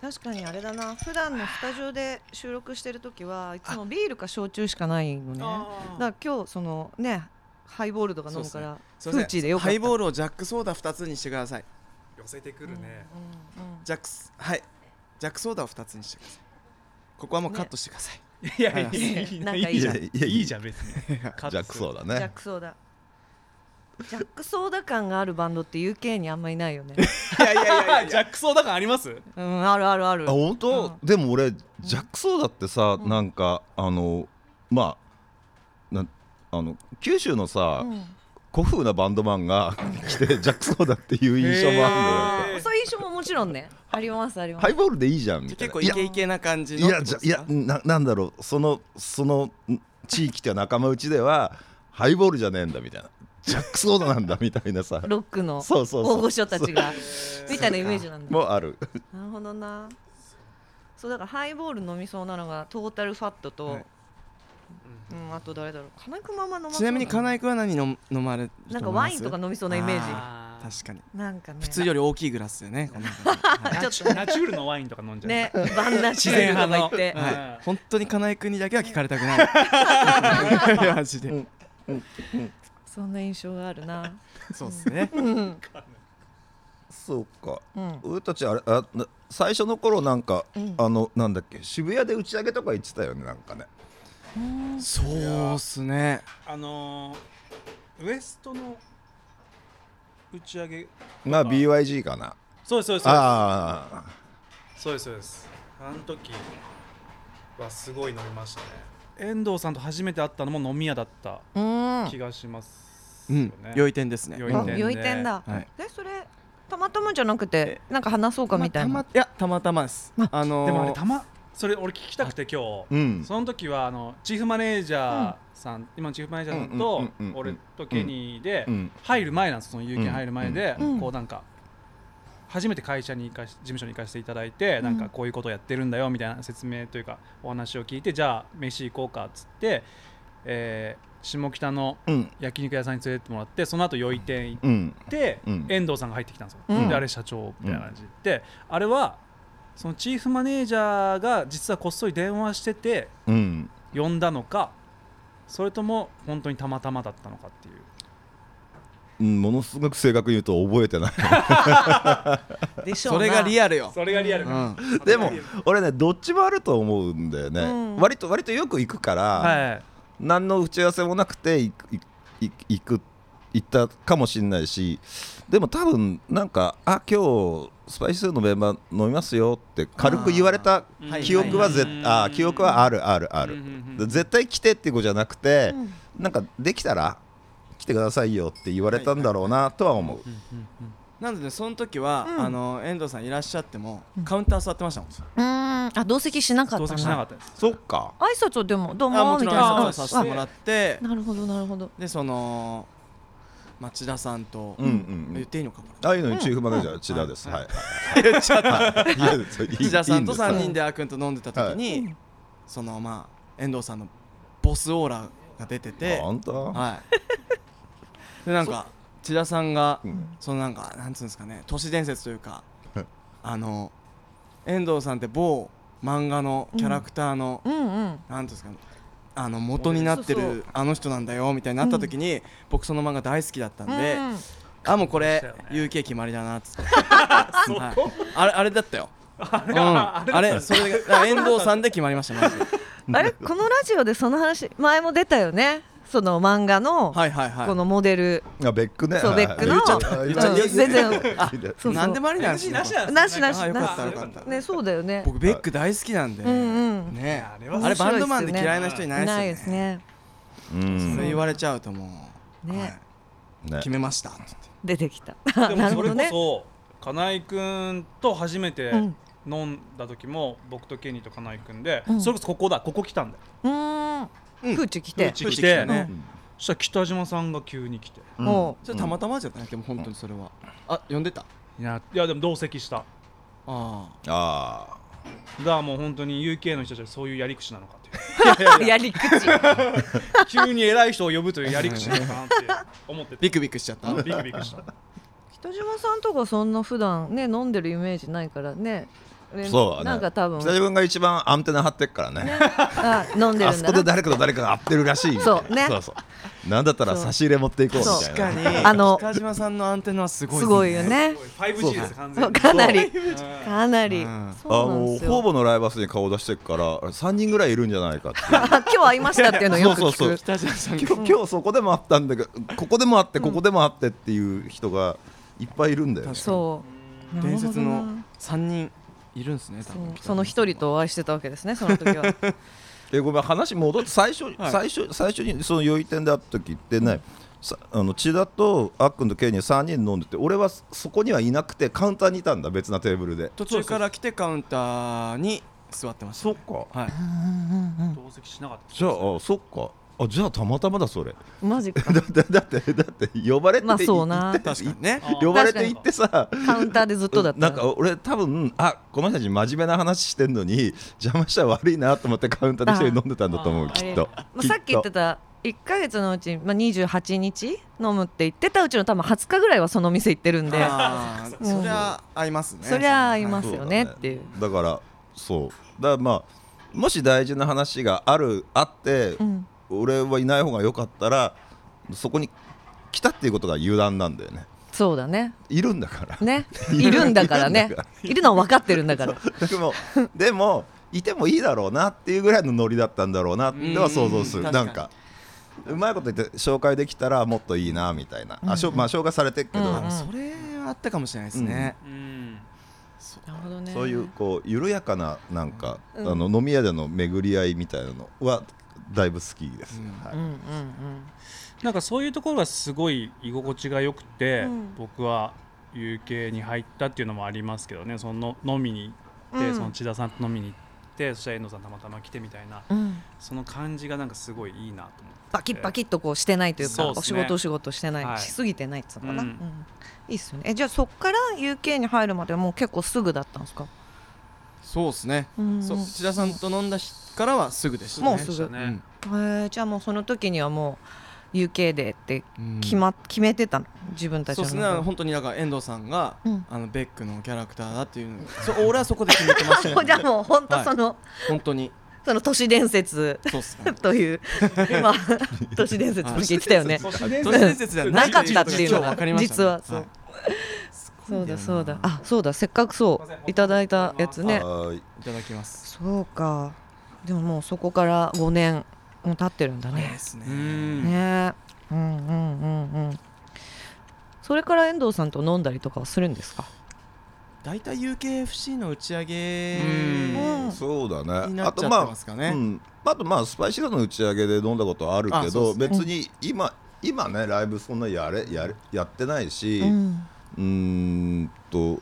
Speaker 2: 確かにあれだな普段のスタジオで収録してる時はいつもビールか焼酎しかないのねだか
Speaker 3: あ
Speaker 2: ら今日そのねハイボールとか飲むから、
Speaker 3: すい
Speaker 2: フ
Speaker 3: ま
Speaker 2: ーチー
Speaker 3: せん
Speaker 2: でよかった
Speaker 3: ハイボールをジャックソーダ2つにしてください
Speaker 4: 寄せてくるね、
Speaker 2: うんうん
Speaker 3: ジャックスはいジャックソーダを2つにしてくださいここはもうカットしてください、
Speaker 4: いやいや
Speaker 3: あ
Speaker 4: いやいい
Speaker 2: なん
Speaker 4: な
Speaker 2: か
Speaker 4: い
Speaker 2: いい
Speaker 4: い
Speaker 2: じ
Speaker 4: じ
Speaker 2: ゃ
Speaker 4: ゃ
Speaker 2: ん
Speaker 4: ん
Speaker 1: い
Speaker 4: い
Speaker 1: やいや
Speaker 4: いじゃん別に
Speaker 1: ジャックソ
Speaker 4: ー
Speaker 1: ーダ
Speaker 2: ジャッ
Speaker 1: ね
Speaker 2: クソーダジャックソーダ感があるバンドって UK にあんまいないよね
Speaker 3: いやいやいやい
Speaker 4: ジャックソーダ感あります
Speaker 2: うんあるあるある
Speaker 1: あ本当、でも俺ジャックソーダってさ、
Speaker 2: うん
Speaker 1: なんかあのまあなあの九州のさ、
Speaker 2: うん
Speaker 1: 古風なバンドマンが来てジャックソーダっていう印象もあるんだよなんか
Speaker 4: へー
Speaker 2: そういう印象ももちろんねありますあります、
Speaker 1: ハイボールでいいじゃんみ
Speaker 3: や
Speaker 1: たいな
Speaker 3: 結構イケイケな感じ
Speaker 1: い
Speaker 3: の
Speaker 1: やいやじゃいやななんだろうそのそのん地域というか仲間内ではハイボールじゃねえんだみたいなジャックソーダなんだみたいなさ
Speaker 2: ロックの
Speaker 1: そうそうそう
Speaker 2: 大御所たちがみたいなイメージなんだ
Speaker 1: もうある
Speaker 2: なるほどなそうだからハイボール飲みそうなのがトータルファットと、
Speaker 3: はい
Speaker 2: うん、あと誰だろう金井くんもあんま飲まそう
Speaker 3: ちなみに金
Speaker 2: 井
Speaker 3: 井君は何飲む飲まれると思います
Speaker 2: なんかワインとか飲みそうなイメー
Speaker 4: あー
Speaker 3: 確かに
Speaker 2: ジなんかね
Speaker 3: 普通より大きいグラス よねこの中にはい
Speaker 2: ちょっと
Speaker 4: ナチュールのワインとか飲んじゃう
Speaker 2: ねバンナ自
Speaker 4: 自
Speaker 2: 然
Speaker 4: 然
Speaker 2: 派
Speaker 4: 派
Speaker 2: と
Speaker 4: の
Speaker 2: か言って
Speaker 4: うん
Speaker 3: はい、本当に金井君にだけは聞かれたく ないマジで、
Speaker 2: そんな印象があるな
Speaker 3: そうですね
Speaker 2: うん
Speaker 1: そうか
Speaker 2: うん
Speaker 1: 俺たちあれあな最初の頃なんか、
Speaker 2: うん
Speaker 1: あのなんだっけ渋谷で打ち上げとか行ってたよねなんかね
Speaker 3: そうっすね
Speaker 4: あのーウエストの打ち上げ
Speaker 1: まあ BYG かな
Speaker 4: そうですそうですそうです
Speaker 1: ああ
Speaker 4: そうですそうですあの時はすごい飲みましたね遠藤さんと初めて会ったのも飲み屋だった
Speaker 2: うん
Speaker 4: 気がします
Speaker 3: う
Speaker 4: よ
Speaker 3: ん
Speaker 4: ね、
Speaker 3: 良い点ですね
Speaker 4: 良
Speaker 2: あ
Speaker 4: 点で
Speaker 2: 良い点だ、
Speaker 3: はい
Speaker 2: えそれたまたまじゃなくてなんか話そうかみたいな、
Speaker 3: まあたまいやたまたまです
Speaker 2: あ
Speaker 3: あのー
Speaker 4: でもあれたまそれ俺聞きたくて今日、
Speaker 1: うん
Speaker 4: その時はあのチーフマネージャーさん、今のチーフマネージャーさんと
Speaker 1: うんうんうんうん
Speaker 4: 俺とケニーで
Speaker 1: うん
Speaker 4: 入る前なんですその有権入る前で、
Speaker 2: うん
Speaker 4: こうなんか初めて会社に行かし事務所に行かせていただいて、
Speaker 2: ん
Speaker 4: なんかこういうことをやってるんだよみたいな説明というかお話を聞いてじゃあ飯行こうかっつって、えー下北の
Speaker 1: うん
Speaker 4: 焼肉屋さんに連れてってもらってその後よい店行っ
Speaker 1: うん
Speaker 4: って、
Speaker 1: うん
Speaker 4: 遠藤さんが入ってきたんですよ、
Speaker 2: うん
Speaker 4: であれ社長みたいな感じで、あれはそのチーフマネージャーが実はこっそり電話してて
Speaker 1: うん
Speaker 4: 呼んだのかそれとも本当にたまたまだったのかっていう
Speaker 1: うんものすごく正確に言うと覚えて ない
Speaker 2: でしょう
Speaker 3: それがリ
Speaker 2: ア
Speaker 3: アルよ、
Speaker 4: それがリアル
Speaker 3: う
Speaker 4: か、
Speaker 3: ん、
Speaker 1: でも俺ねどっちもあると思うんだよね、
Speaker 2: うん
Speaker 1: 割と割とよく行くから、
Speaker 4: はい
Speaker 1: 何の打ち合わせもなくて行く行く行く行ったかもしれないしでも多分なんかあ今日スパイスのメンバー飲みますよって軽く言われた
Speaker 4: あー
Speaker 1: 記憶は絶
Speaker 4: はいはいはい
Speaker 1: あー記憶はあるあるある、
Speaker 4: うんうんうん
Speaker 1: で絶対来てっていうことじゃなくて、なんかできたら来てくださいよって言われたんだろうなとは思う、
Speaker 3: なのでその時は、
Speaker 2: うん
Speaker 3: あの遠藤さんいらっしゃっても、カウンター座ってましたもん
Speaker 2: うーんあ同席しなかった
Speaker 4: 同
Speaker 2: な
Speaker 4: 席しなかったです
Speaker 1: そっか
Speaker 2: 挨拶をでもどう
Speaker 3: あ
Speaker 2: も
Speaker 3: も
Speaker 2: み
Speaker 3: ちろ
Speaker 2: た
Speaker 3: ん
Speaker 2: い
Speaker 3: 挨
Speaker 2: な
Speaker 3: 拶
Speaker 2: あ
Speaker 3: をさせてもらって
Speaker 2: あなるほどなるほど
Speaker 3: でその町田さんと、
Speaker 1: うんうんう
Speaker 3: 言っ
Speaker 1: ん
Speaker 3: ていいのかこれ
Speaker 1: ああいうのにチーフマネージャーの千田です、
Speaker 3: うん
Speaker 1: はい
Speaker 3: 言っちゃった
Speaker 1: はいいやそういい
Speaker 3: 土田さんと
Speaker 1: いいです
Speaker 3: 3人であーくんと飲んでた時に、そのまあ遠藤さんのボスオーラが出てて
Speaker 1: 本当
Speaker 3: はいでなんか千田さんが、
Speaker 1: うん
Speaker 3: そのなんかなんつうんですかね都市伝説というかあの遠藤さんって某漫画のキャラクターの、
Speaker 2: うんうん
Speaker 3: なんていうんですかねあの元になって
Speaker 2: そうそう
Speaker 3: るあの人なんだよみたいになった時に、僕その漫画大好きだったんで、
Speaker 2: うんうん
Speaker 3: あもうこれ
Speaker 4: そうでした
Speaker 3: UK 決まりだなっつって、はいあれあれだったよあれ,、うん、あれそれが遠藤さんで決まりましたマジで
Speaker 2: あれこのラジオでその話前も出たよねその漫画の
Speaker 3: はいはいはい
Speaker 2: このモデル、
Speaker 1: あベックね
Speaker 2: そう
Speaker 1: はい
Speaker 2: ベックの
Speaker 1: 言っちゃった言っちゃった
Speaker 2: うん全然
Speaker 3: あ
Speaker 1: そう
Speaker 2: そう
Speaker 3: なんでもありなんですね
Speaker 2: なしなし
Speaker 3: あよかっ
Speaker 2: な
Speaker 3: た
Speaker 2: し
Speaker 3: よかった
Speaker 2: ねそうだよね
Speaker 3: 僕ベック大好きなんで、
Speaker 2: うんうん
Speaker 3: ね
Speaker 4: いやあれは
Speaker 3: あれバンドマンで嫌いな人いないですよ
Speaker 2: な
Speaker 3: ね
Speaker 2: いですね
Speaker 1: うん
Speaker 3: それ言われちゃうともう、
Speaker 2: ね
Speaker 3: はい
Speaker 1: ね
Speaker 3: 決めましたって
Speaker 2: 出てきた
Speaker 4: で
Speaker 2: な
Speaker 4: も
Speaker 2: るほど
Speaker 4: それこ
Speaker 2: ね
Speaker 4: そ金井君と初めて
Speaker 2: うん
Speaker 4: 飲んだ時も、僕とケニーと金井君で、
Speaker 2: うん
Speaker 4: それこそここだここ来たんだよ
Speaker 2: うーん
Speaker 3: うん
Speaker 2: フーチ来
Speaker 4: フ
Speaker 2: て
Speaker 4: ーチ来て
Speaker 3: よね、
Speaker 4: そしたら北島さんが急に来て
Speaker 1: うん
Speaker 2: も
Speaker 3: それたまたまじゃないでも本当にそれは、あ呼んでた
Speaker 4: いやいやでも同席した
Speaker 3: あ
Speaker 1: あ
Speaker 4: だからもう本当に UK の人たちはそういうやり口なのかってい
Speaker 2: う
Speaker 4: う
Speaker 2: やり口
Speaker 4: 急に偉い人を呼ぶというやり口なのかなって思って
Speaker 3: あ
Speaker 4: て
Speaker 3: ビクビクしちゃった
Speaker 4: ビクビクした
Speaker 2: 北島さんとかそんな普段ね飲んでるイメージないからねね
Speaker 1: そうだね
Speaker 2: なんか多分
Speaker 1: 北島君が一番アンテナ張ってっからね
Speaker 2: あ飲んで
Speaker 1: あ
Speaker 2: るん
Speaker 1: そこで
Speaker 2: だな
Speaker 1: 誰かと誰かが合ってるらしいみたいな
Speaker 2: そうね
Speaker 1: そうそうなんだったら差し入れ持っていこうみ
Speaker 2: そう
Speaker 1: たい
Speaker 3: 確か
Speaker 1: な
Speaker 3: に
Speaker 2: あの
Speaker 3: 北島さんのアンテナはすごいです
Speaker 2: ごいよね
Speaker 4: 5G です完
Speaker 2: そ
Speaker 4: 全
Speaker 2: う
Speaker 4: に
Speaker 2: かなり
Speaker 4: うん
Speaker 2: かなり
Speaker 3: うん
Speaker 1: あ
Speaker 2: そうなん
Speaker 1: の
Speaker 2: です
Speaker 1: 方
Speaker 2: よ
Speaker 1: 々のライバスに顔を出してるから3人ぐらいいるんじゃないかっていう
Speaker 2: あ今日会いましたっていうのをよく
Speaker 1: そうそう
Speaker 2: 聞く
Speaker 1: そ
Speaker 3: 北島さんが
Speaker 1: 今日今日そこでもあったんだけどここでもあってここでもあってっていう人がいっぱいいるんだよね、
Speaker 2: そうなるほどな
Speaker 3: 伝説の三人いるんですね多
Speaker 2: そう
Speaker 3: 分
Speaker 2: その一人とお会いしてたわけですねその時は
Speaker 1: えごめん話戻って最初、
Speaker 3: はい
Speaker 1: 最初最初にその余裕店で会った時ってね、さあの千田とあっくんとケイに3人飲んでて俺はそこにはいなくてカウンターにいたんだ別なテーブルで
Speaker 3: 途中から来てカウンターに座ってまし
Speaker 1: そっか
Speaker 3: たはい
Speaker 4: 同席しなかった
Speaker 1: じゃああそっかあじゃあたまたまだそれ
Speaker 2: マジか
Speaker 1: だってだってだって呼ばれて
Speaker 2: まあ
Speaker 1: い
Speaker 2: そうな
Speaker 1: 行って
Speaker 3: 確かにね
Speaker 4: あー
Speaker 1: 呼ばれて行ってさ
Speaker 2: カウンターでずっとだった
Speaker 1: なんか俺多分あこの人たち真面目な話してんのに 邪魔したら悪いなと思ってカウンターで一人飲んでたんだと思う
Speaker 4: あー
Speaker 1: きっと
Speaker 2: まあ、さっき言ってた1ヶ月のうち、まあ、28日飲むって言ってたうちの多分20日ぐらいはその店行ってるんで
Speaker 3: あーそりゃ合いますね
Speaker 2: そりゃ合いますすよねっていう。
Speaker 1: だからそうだからまあもし大事な話があるあって、
Speaker 2: うん
Speaker 1: 俺はいない方が良かったらそこに来たっていうことが油断なんだよね
Speaker 2: そうだね
Speaker 1: いるんだから、
Speaker 2: ねいるんだからねいるのは分かってるんだから
Speaker 1: でもでもいてもいいだろうなっていうぐらいのノリだったんだろうなっては想像する
Speaker 3: うん
Speaker 1: なんかうまいこと言って紹介できたらもっといいなみたいな、あしょまあ紹介されてるけど、
Speaker 2: うん
Speaker 3: あのそれはあったかもしれないですね
Speaker 4: うん
Speaker 2: なるほどね
Speaker 1: そういうこう緩やかななんか、
Speaker 2: うん
Speaker 1: あの飲み屋での巡り合いみたいなのはだいぶ好きです、
Speaker 3: うん
Speaker 1: はい
Speaker 2: うんうんうん
Speaker 4: なんかそういうところがすごい居心地が良くて、
Speaker 2: うん
Speaker 4: 僕は UK に入ったっていうのもありますけどねその飲みに行って、
Speaker 2: うん
Speaker 4: その千田さんと飲みに行ってそしたら遠藤さんたまたま来てみたいな
Speaker 2: うん
Speaker 4: その感じがなんかすごいいいなと思って
Speaker 2: パキッパキッとこうしてないというか
Speaker 4: そうっ
Speaker 2: お仕
Speaker 4: すね
Speaker 2: 事お仕事してない、
Speaker 4: はい
Speaker 2: しすぎてないっつうのかな、う
Speaker 4: うん
Speaker 2: んいいっすよねえじゃあそっから UK に入るまではもう結構すぐだったんですか
Speaker 3: そうですね
Speaker 2: うん
Speaker 3: そう土田さんと飲んだ日からはすぐでしたね
Speaker 2: もうすぐ
Speaker 4: でしたね、
Speaker 2: へーじゃあもうその時にはもう UK でって
Speaker 3: うん
Speaker 2: 決,、ま決めてたの自分たち
Speaker 3: そう
Speaker 2: の
Speaker 3: です
Speaker 2: 中
Speaker 3: ね
Speaker 2: で
Speaker 3: 本当にだから遠藤さんが、
Speaker 2: うん
Speaker 3: あのベックのキャラクターだっていうのそう俺はそこで決めてました
Speaker 2: あもう じゃあ
Speaker 3: ね
Speaker 2: もう本当その、
Speaker 3: 本当に
Speaker 2: その都市伝説
Speaker 3: そうっすね
Speaker 2: という今都市伝説の時言ってたよね
Speaker 4: 都市伝
Speaker 3: 都市伝説じゃない
Speaker 2: なかったっていうの
Speaker 3: 今日
Speaker 2: が
Speaker 3: 分かりましたね
Speaker 2: 実はそう、
Speaker 3: はい
Speaker 2: そうだそうだあそうだせっかくそういただいたやつね
Speaker 1: はーい
Speaker 3: いただきます
Speaker 2: そうかでももうそこから5年もう経ってるんだ
Speaker 3: 早いで
Speaker 2: ね
Speaker 3: すね
Speaker 4: うん
Speaker 2: ねうんうんうんうんそれから遠藤さんと飲んだりとかはするんですか
Speaker 3: 大体 UKFC の打ち上げ
Speaker 4: うん
Speaker 2: うん
Speaker 1: そうだ
Speaker 3: に
Speaker 1: ね
Speaker 3: な
Speaker 1: あ
Speaker 3: っち
Speaker 1: と
Speaker 3: ゃって
Speaker 1: ま
Speaker 3: ますか
Speaker 1: あ、う
Speaker 3: ね
Speaker 1: ん、あとまあスパイシードの打ち上げで飲んだことあるけ
Speaker 3: あ
Speaker 1: ど
Speaker 3: そうそう
Speaker 1: 別に今今ねライブそんなやれやれやってないし、
Speaker 2: う
Speaker 1: うんーんと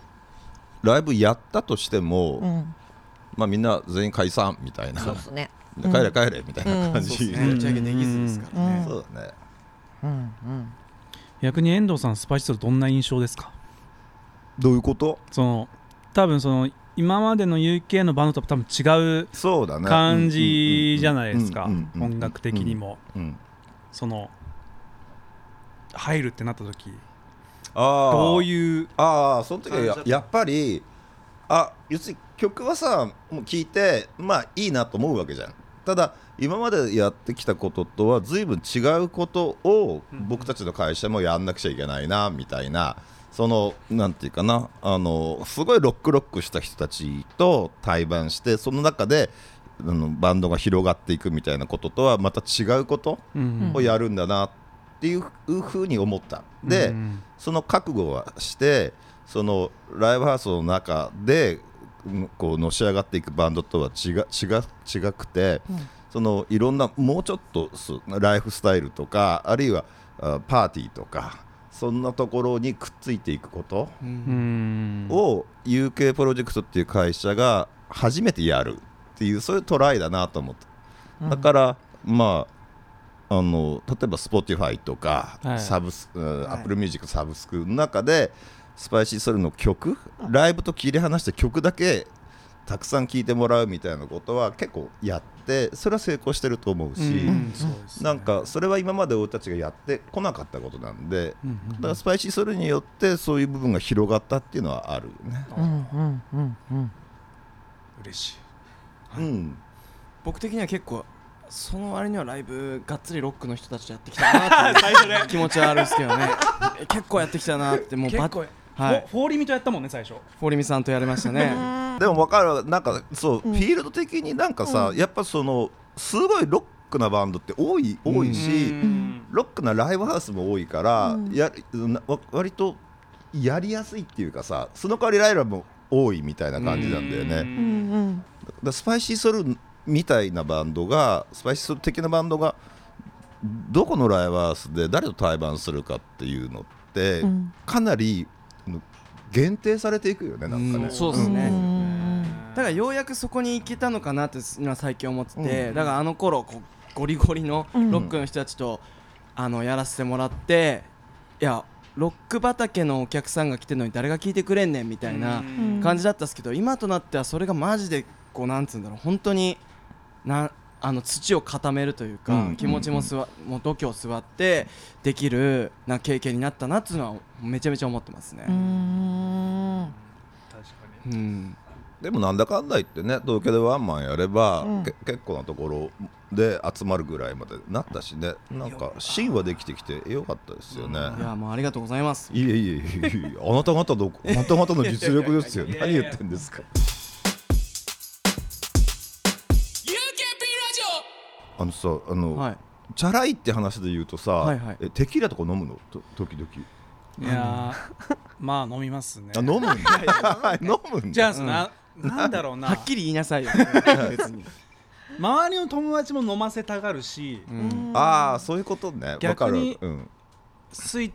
Speaker 1: ライブやったとしても、
Speaker 2: うん
Speaker 1: まあみんな全員解散みたいな
Speaker 2: そうですねうん
Speaker 1: 帰れ帰れみたいな感
Speaker 3: そうっす
Speaker 1: じ、
Speaker 3: ね打ち上げできずですから
Speaker 2: うん
Speaker 3: ね
Speaker 1: そうだね
Speaker 2: うんうん
Speaker 4: 逆に遠藤さんスパイシーとどんな印象ですか
Speaker 1: どういうこと
Speaker 4: その多分その今までの UK のバンドと多分違う
Speaker 1: そうだね
Speaker 4: 感じじゃないですか
Speaker 1: うんうんうんうん
Speaker 4: 音楽的にも、
Speaker 1: うん
Speaker 4: その入るってなった時
Speaker 1: ああ
Speaker 4: どういう
Speaker 1: ああその時はや
Speaker 4: 感じだ
Speaker 1: やっぱりあ要するに曲はさもう聴いてまあいいなと思うわけじゃんただ今までやってきたこととは随分違うことを
Speaker 4: うん
Speaker 1: 僕たちの会社もやんなくちゃいけないなみたいなそのなんていうかなあのすごいロックロックした人たちと対バンしてその中であのバンドが広がっていくみたいなこととはまた違うこと
Speaker 4: うん
Speaker 1: をやるんだなっていうふうに思った。で、
Speaker 4: うん
Speaker 1: その覚悟はしてそのライブハウスの中でうんこうのし上がっていくバンドとは違う違う違くて、
Speaker 2: うん
Speaker 1: そのいろんなもうちょっとすライフスタイルとかあるいはあパーティーとかそんなところにくっついていくこと
Speaker 3: う
Speaker 4: うんん
Speaker 1: を UK プロジェクトっていう会社が初めてやるっていうそういうトライだなと思って。
Speaker 2: うん
Speaker 1: だから、まあ、あの例えば Spotify とか、
Speaker 4: はい
Speaker 1: サブスうん
Speaker 3: はい
Speaker 1: Apple Music サブスクの中でスパイシーソルの曲ライブと切り離した曲だけたくさん聴いてもらうみたいなことは結構やってそれは成功してると思うし、
Speaker 4: うんそうですね
Speaker 1: なんかそれは今まで俺たちがやってこなかったことなんで
Speaker 4: うんうん
Speaker 1: だからスパイシーソルによってそういう部分が広がったっていうのはあるよね。
Speaker 2: うんうんうんうん
Speaker 4: 嬉し
Speaker 1: う
Speaker 4: い
Speaker 1: ん
Speaker 3: 僕的には結構その割にはライブがっつりロックの人たちとやってきたなっていう 気持ちはあるんですけどねえ結構やってきたなってもうば
Speaker 4: 結構
Speaker 3: はい
Speaker 4: フォフォーリミとやったもんね最初
Speaker 3: 堀美さんとやりましたね
Speaker 1: でも分かるなんかそう、
Speaker 2: うん
Speaker 1: フィールド的になんかさ、
Speaker 2: うん
Speaker 1: やっぱそのすごいロックなバンドって多い多いし、
Speaker 4: うん
Speaker 1: ロックなライブハウスも多いから、
Speaker 2: うん
Speaker 1: やなわ割とやりやすいっていうかさその代わりライブも多いみたいな感じなんだよね
Speaker 4: う。
Speaker 2: うんん
Speaker 1: だからスパイシーソルみたいなバンドがスパイシーソル的なバンドがどこのライブハウスで誰と対バンするかっていうのって、
Speaker 2: うん
Speaker 1: かなりあの限定されていくよねなんかね。
Speaker 3: うんそうですね
Speaker 2: うん
Speaker 3: だからようやくそこに行けたのかなって今最近思ってて、
Speaker 1: うん
Speaker 3: だからあの頃こうゴリゴリの
Speaker 2: うん
Speaker 3: ロックの人たちと、あのやらせてもらっていやロック畑のお客さんが来てるのに誰が聞いてくれんねんみたいな
Speaker 4: うん
Speaker 3: 感じだったんですけど、今となってはそれがマジでこうなんつうんだろう本当になんあの土を固めるというか、
Speaker 1: うん
Speaker 3: 気持ちもすわ、もう度胸座ってできるな経験になったなっていうのはめちゃめちゃ思ってます
Speaker 2: う
Speaker 3: ね。
Speaker 2: ん
Speaker 4: 確か
Speaker 3: うん
Speaker 1: でもなんだかんだ言ってね東京でワンマンやれば、
Speaker 2: うん
Speaker 1: け結構なところで集まるぐらいまでなったしねなんか芯はできてきてよかったですよね。
Speaker 3: いやもうありがとうございます。
Speaker 1: いえいえいえいえあなた方の あなた方の実力ですよ
Speaker 4: いやいやい
Speaker 1: 何
Speaker 4: や
Speaker 1: 言ってんですかあのさあの、
Speaker 3: はい
Speaker 1: チャラいって話で言うとさ、
Speaker 3: はいはい
Speaker 1: えテキーラとか飲むのと時々
Speaker 4: にいやーまあ飲みますね
Speaker 1: あ飲むん だ飲むんだ
Speaker 4: じゃあそのななんだろうな
Speaker 3: はっきり言い なさいよ。別に。
Speaker 4: 周りの友達も飲ませたがるし
Speaker 3: うん
Speaker 1: ああそういうことねわか
Speaker 4: 逆
Speaker 1: る
Speaker 4: に
Speaker 1: うん
Speaker 4: スイッ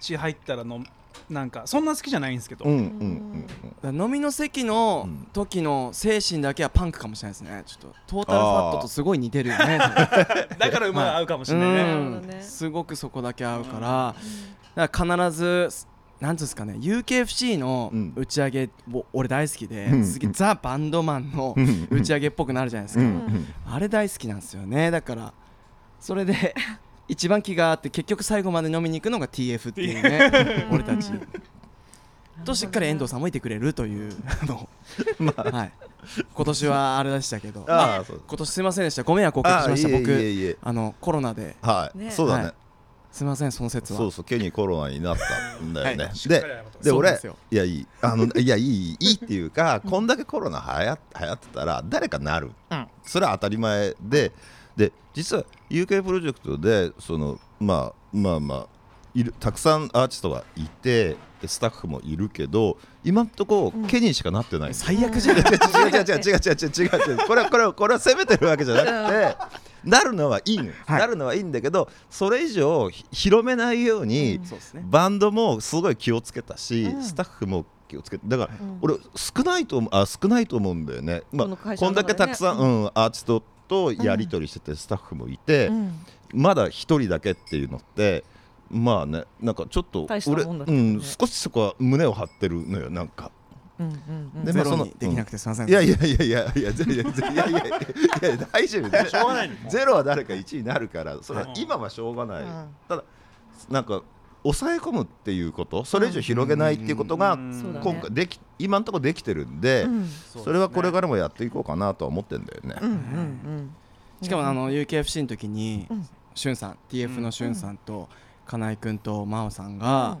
Speaker 4: チ入ったらのなんかそんな好きじゃないんですけど、
Speaker 1: うんうんうんうん
Speaker 3: だから飲みの席の
Speaker 1: うん
Speaker 3: 時の精神だけはパンクかもしれないですね。ちょっとトータルファットとすごい似てるよ ね。
Speaker 4: だから馬が合うかもしれないね、
Speaker 2: なるほど
Speaker 3: う
Speaker 2: ね
Speaker 3: んすごくそこだけ合うから、だから必ずなんていうんですかね UKFC の
Speaker 1: うん
Speaker 3: 打ち上げを俺大好きで、
Speaker 1: うん
Speaker 3: すげえザ・バンドマンの
Speaker 1: ん
Speaker 3: 打ち上げっぽくなるじゃないです
Speaker 1: う
Speaker 3: か、
Speaker 1: んうん
Speaker 3: あれ大好きなんですよねだからそれ で一番気が合って結局最後まで飲みに行くのが TF っていう ね俺たちとしっかり遠藤さんもいてくれるというあの、はい、今年はあれでしたけど
Speaker 1: ああそう
Speaker 3: 今年すいませんでしたご迷惑をおかけ
Speaker 1: あ
Speaker 3: し
Speaker 1: あ
Speaker 3: ま
Speaker 1: い
Speaker 3: した
Speaker 1: えい
Speaker 3: 僕
Speaker 1: えいえ
Speaker 3: あのコロナで
Speaker 1: はい、
Speaker 2: ね
Speaker 1: そうだね、
Speaker 3: はいすいませんその説は
Speaker 1: そうそうケニーコロナになったんだよね、
Speaker 3: はい
Speaker 4: しっかり謝
Speaker 1: で
Speaker 4: った
Speaker 1: で
Speaker 3: そう
Speaker 1: 俺
Speaker 3: なんですよ
Speaker 1: いやいいあの いやいいいいっていうかこんだけコロナはや流行ってたら誰かなる、それは当たり前でで実は UK プロジェクトでそのまあまあまあいるたくさんアーティストがいてでスタッフもいるけど今んとこ
Speaker 2: うん
Speaker 1: ケニーしかなってない、
Speaker 3: 最悪じゃん
Speaker 1: 違う違う違う違う違う違う違う違う 違うこれはこれはこれは責めてるわけじゃなくてなるのはいいのよ、
Speaker 3: はい
Speaker 1: なるのはいいんだけどそれ以上ひ広めないように、
Speaker 3: そうですね
Speaker 1: バンドもすごい気をつけたし、
Speaker 2: うん
Speaker 1: スタッフも気をつけてだから、
Speaker 2: うん
Speaker 1: 俺少ないと思うあ少ないと思うんだよね、まあ、
Speaker 2: この
Speaker 1: こ
Speaker 2: 会社の
Speaker 1: ん
Speaker 2: 中
Speaker 1: だ
Speaker 2: で
Speaker 1: け
Speaker 2: ね
Speaker 1: たくさん、うんアーティストとやり取りしててスタッフもいて、
Speaker 2: うん
Speaker 1: まだ一人だけっていうのってまあねなんかちょっと
Speaker 2: 大した
Speaker 1: 俺、
Speaker 2: もんだけ
Speaker 1: う
Speaker 2: どね
Speaker 1: ん、少しそこは胸を張ってるのよなんか。
Speaker 2: うんうんうん
Speaker 1: で
Speaker 3: ゼ
Speaker 1: まあそ
Speaker 3: ロ
Speaker 1: の
Speaker 3: にできなくてすいません
Speaker 1: いやいやいやいやいやぜいやぜいやいやいやいや大丈夫 だよ
Speaker 4: しょうがないの
Speaker 1: ゼロは誰か1になるからそれは今はしょうがない、
Speaker 2: うん
Speaker 1: ただなんか抑え込むっていうことそれ以上広げないっていうことが
Speaker 4: うん
Speaker 2: そうだね
Speaker 1: 今回でき今のところできてるんで、
Speaker 2: うん
Speaker 1: それはこれからもやっていこうかなとは思ってんだよね、
Speaker 2: うんうん
Speaker 3: しかもあの UKFC の時に、
Speaker 2: うん
Speaker 3: しゅんさん TF のしゅんさんと、金井君と真央さんが、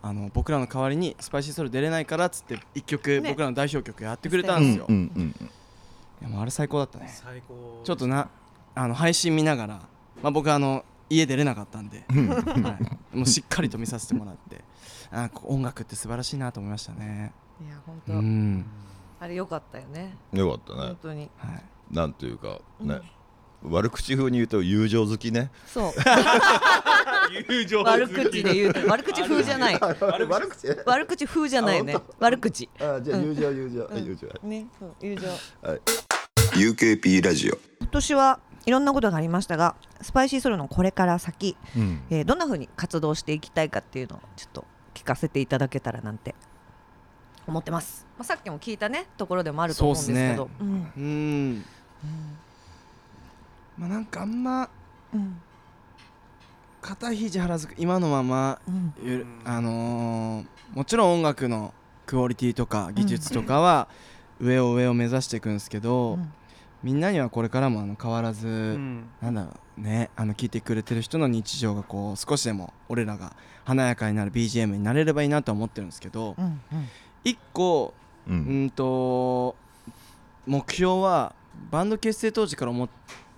Speaker 3: あの僕らの代わりに「スパイシーソウル出れないから」っつって一曲、
Speaker 2: ね
Speaker 3: 僕らの代表曲やってくれたんですよ、
Speaker 1: うんうんうん
Speaker 3: いやもうあれ最高だったね
Speaker 4: 最高
Speaker 3: ちょっとなあの配信見ながら、まあ、僕あの家出れなかったんで、はい、もうしっかりと見させてもらってあこう音楽って素晴らしいなと思いましたね
Speaker 2: うんいや
Speaker 3: う
Speaker 2: 本
Speaker 3: ん、
Speaker 2: 当あれ良かったよね
Speaker 1: うんよかったね
Speaker 2: 本当に
Speaker 3: はい、
Speaker 1: なんていうかね、悪口風に言うと友情好きね
Speaker 2: そう
Speaker 4: 友情
Speaker 2: 悪口で言うと悪口風じゃない
Speaker 1: 悪口
Speaker 2: 悪口風じゃないね
Speaker 1: あ本
Speaker 2: 悪口
Speaker 1: あじゃあ友情友情、
Speaker 2: うん
Speaker 1: 友情はい
Speaker 2: ねそう友情
Speaker 5: UKP ラジオ
Speaker 2: 今年はいろんなことがありましたがスパイシーソルのこれから先、
Speaker 1: うん
Speaker 2: えー、どんな風に活動していきたいかっていうのをちょっと聞かせていただけたらなんて思ってます、まあ、さっきも聞いたねところでもあると思うんですけど
Speaker 3: そう
Speaker 2: うん
Speaker 3: うんまあなんかあんま
Speaker 2: うん
Speaker 3: 肩肘張らず今のまま
Speaker 2: うん
Speaker 3: ゆる
Speaker 4: うん
Speaker 3: あのーもちろん音楽のクオリティとか技術とかは、上を上を目指していくんですけど、
Speaker 2: うん
Speaker 3: みんなにはこれからもあの変わらず、
Speaker 4: うん
Speaker 3: なんだろうねあの聞いてくれてる人の日常がこう少しでも俺らが華やかになる BGM になれればいいなとは思ってるんですけど、
Speaker 2: うんうん
Speaker 3: 一個
Speaker 1: う
Speaker 3: うんんと目標はバンド結成当時から思っ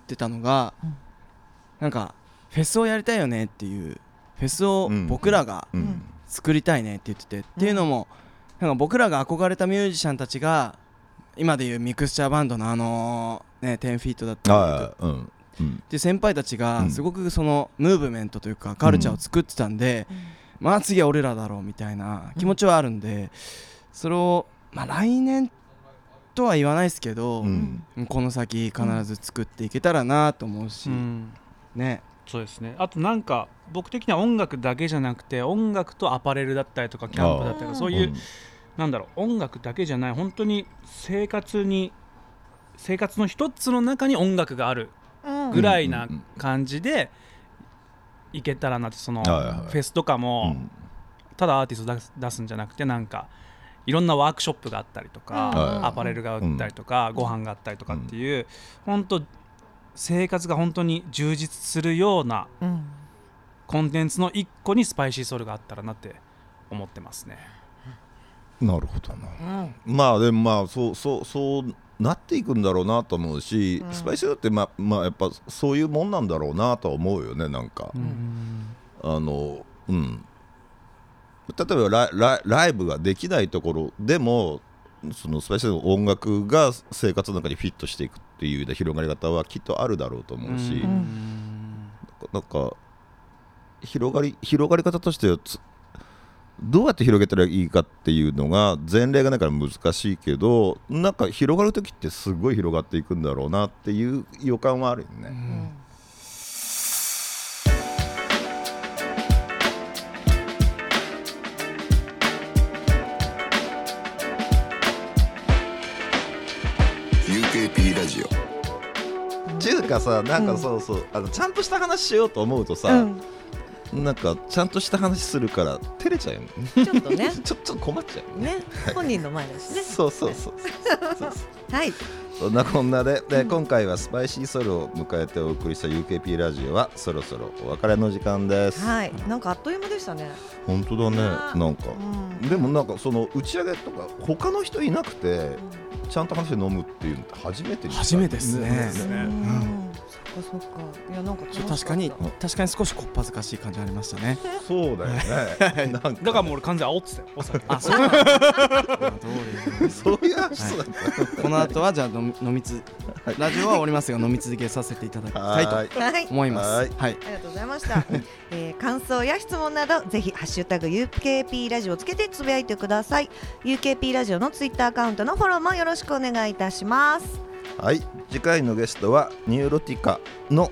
Speaker 3: てたのが、
Speaker 2: うん
Speaker 3: なんかフェスをやりたいよねっていうフェスを
Speaker 1: うん
Speaker 3: 僕らが
Speaker 1: うん
Speaker 2: うん
Speaker 3: 作りたいねって言ってて、っていうのもなんか僕らが憧れたミュージシャンたちが今でいうミクスチャーバンドのあのね10フィートだったりと
Speaker 1: あ
Speaker 3: か
Speaker 1: あうんうん
Speaker 3: っていう先輩たち
Speaker 1: う
Speaker 3: が
Speaker 1: ん
Speaker 3: すごくそのムーブメントというかカルチャーを作ってたんで、まあ次は俺らだろうみたいな気持ちはあるんでそれをまあ来年とは言わないですけど、
Speaker 1: うん
Speaker 3: この先必ず作っていけたらなと思うし、
Speaker 4: うん
Speaker 3: ね
Speaker 4: そうですねあとなんか僕的には音楽だけじゃなくて音楽とアパレルだったりとかキャンプだったりと
Speaker 2: あ
Speaker 4: か
Speaker 2: ー
Speaker 4: そういう、なんだろう音楽だけじゃない本当に生活に生活の一つの中に音楽がある
Speaker 2: うん
Speaker 4: ぐらいな
Speaker 1: うんうん
Speaker 4: 感じでいけたらなってそのフ
Speaker 1: はいはい
Speaker 4: ェスとか
Speaker 1: う
Speaker 4: も
Speaker 1: ん
Speaker 4: ただアーティスト出す出すんじゃなくてなんかいろんなワークショップがあったりと
Speaker 1: は
Speaker 4: か
Speaker 1: い
Speaker 4: アパレルが売ったりとかご飯があったりとかっていう本当生活が本当に充実するような
Speaker 2: うん
Speaker 4: コンテンツの一個にスパイシーソウルがあったらなって思ってますね。
Speaker 1: なるほどな
Speaker 2: うん
Speaker 1: まあでもまあそうそうそうなっていくんだろうなと思うし、
Speaker 2: うん
Speaker 1: スパイシーだってまあまあやっぱそういうもんなんだろうなとは思うよねなんか、あのうん例えばライライライブができないところでもそのスパイシーの音楽が生活の中にフィットしていくっていうような広がり方はきっとあるだろうと思うし、
Speaker 4: うん
Speaker 1: なんか広がり広がり方としてはつどうやって広げたらいいかっていうのが前例がないから難しいけどなんか広がる時ってすごい広がっていくんだろうなっていう予感はあるよ
Speaker 3: う
Speaker 1: ね。
Speaker 3: ん
Speaker 5: UKP ラジオ
Speaker 1: っていうかさなんかそうそう、あのちゃんとした話しようと思うと
Speaker 2: う
Speaker 1: さ、
Speaker 2: ん
Speaker 1: なんかちゃんとした話するから照れちゃうよね
Speaker 2: ちょっとね
Speaker 1: ちょちょっと困っちゃうよね。
Speaker 2: ね本人の前だしね
Speaker 1: そうそうそうそうそう
Speaker 2: はい
Speaker 1: そんなこんなで、で今回はスパイシーソルを迎えてお送りした UKP ラジオはそろそろお別れの時間です。
Speaker 2: はいなんかあっという間でしたね
Speaker 1: 本当だねなんか
Speaker 2: うん
Speaker 1: でもなんかその打ち上げとか他の人いなくてちゃんと話して飲むっていうのって初めて見た
Speaker 3: 初めてっすね
Speaker 2: う
Speaker 3: うん
Speaker 2: んそっかそっかいやなんか楽し
Speaker 3: ちょ
Speaker 2: った
Speaker 3: 確かに
Speaker 1: うん
Speaker 3: 確かに少しこっぱずかしい感じありましたね。
Speaker 1: そうだよ ねなんか
Speaker 4: だからもう俺完全に煽ってたよお酒
Speaker 3: あ そうなんだどうです
Speaker 1: そういう話そうだった
Speaker 3: この後はじゃあ飲み飲みつラジオは終わりますが飲み続けさせていただきたいと
Speaker 1: はい
Speaker 2: はい
Speaker 3: 思います。はい
Speaker 2: ありがとうございま した、えー感想や質問などぜひハッシュタグ UKP ラジオをつけてつぶやいてください UKP ラジオのツイッターアカウントのフォローもよろしくお願いいたします
Speaker 1: はい次回のゲストはニューロティカの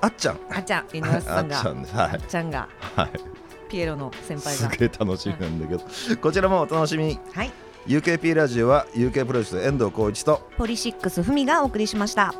Speaker 1: あっちゃん
Speaker 2: あっちゃん井上
Speaker 1: あ
Speaker 2: さん
Speaker 1: っ
Speaker 2: が
Speaker 1: ちゃんですはい
Speaker 2: あっちゃんが
Speaker 1: はい
Speaker 2: ピエロの先輩
Speaker 1: す
Speaker 2: が
Speaker 1: げえ楽しみなんだ けどこちらもお楽しみに
Speaker 2: はい
Speaker 1: UKP ラジオは UK プロジェクト遠藤浩一と
Speaker 2: ポリシックスふみがお送りしました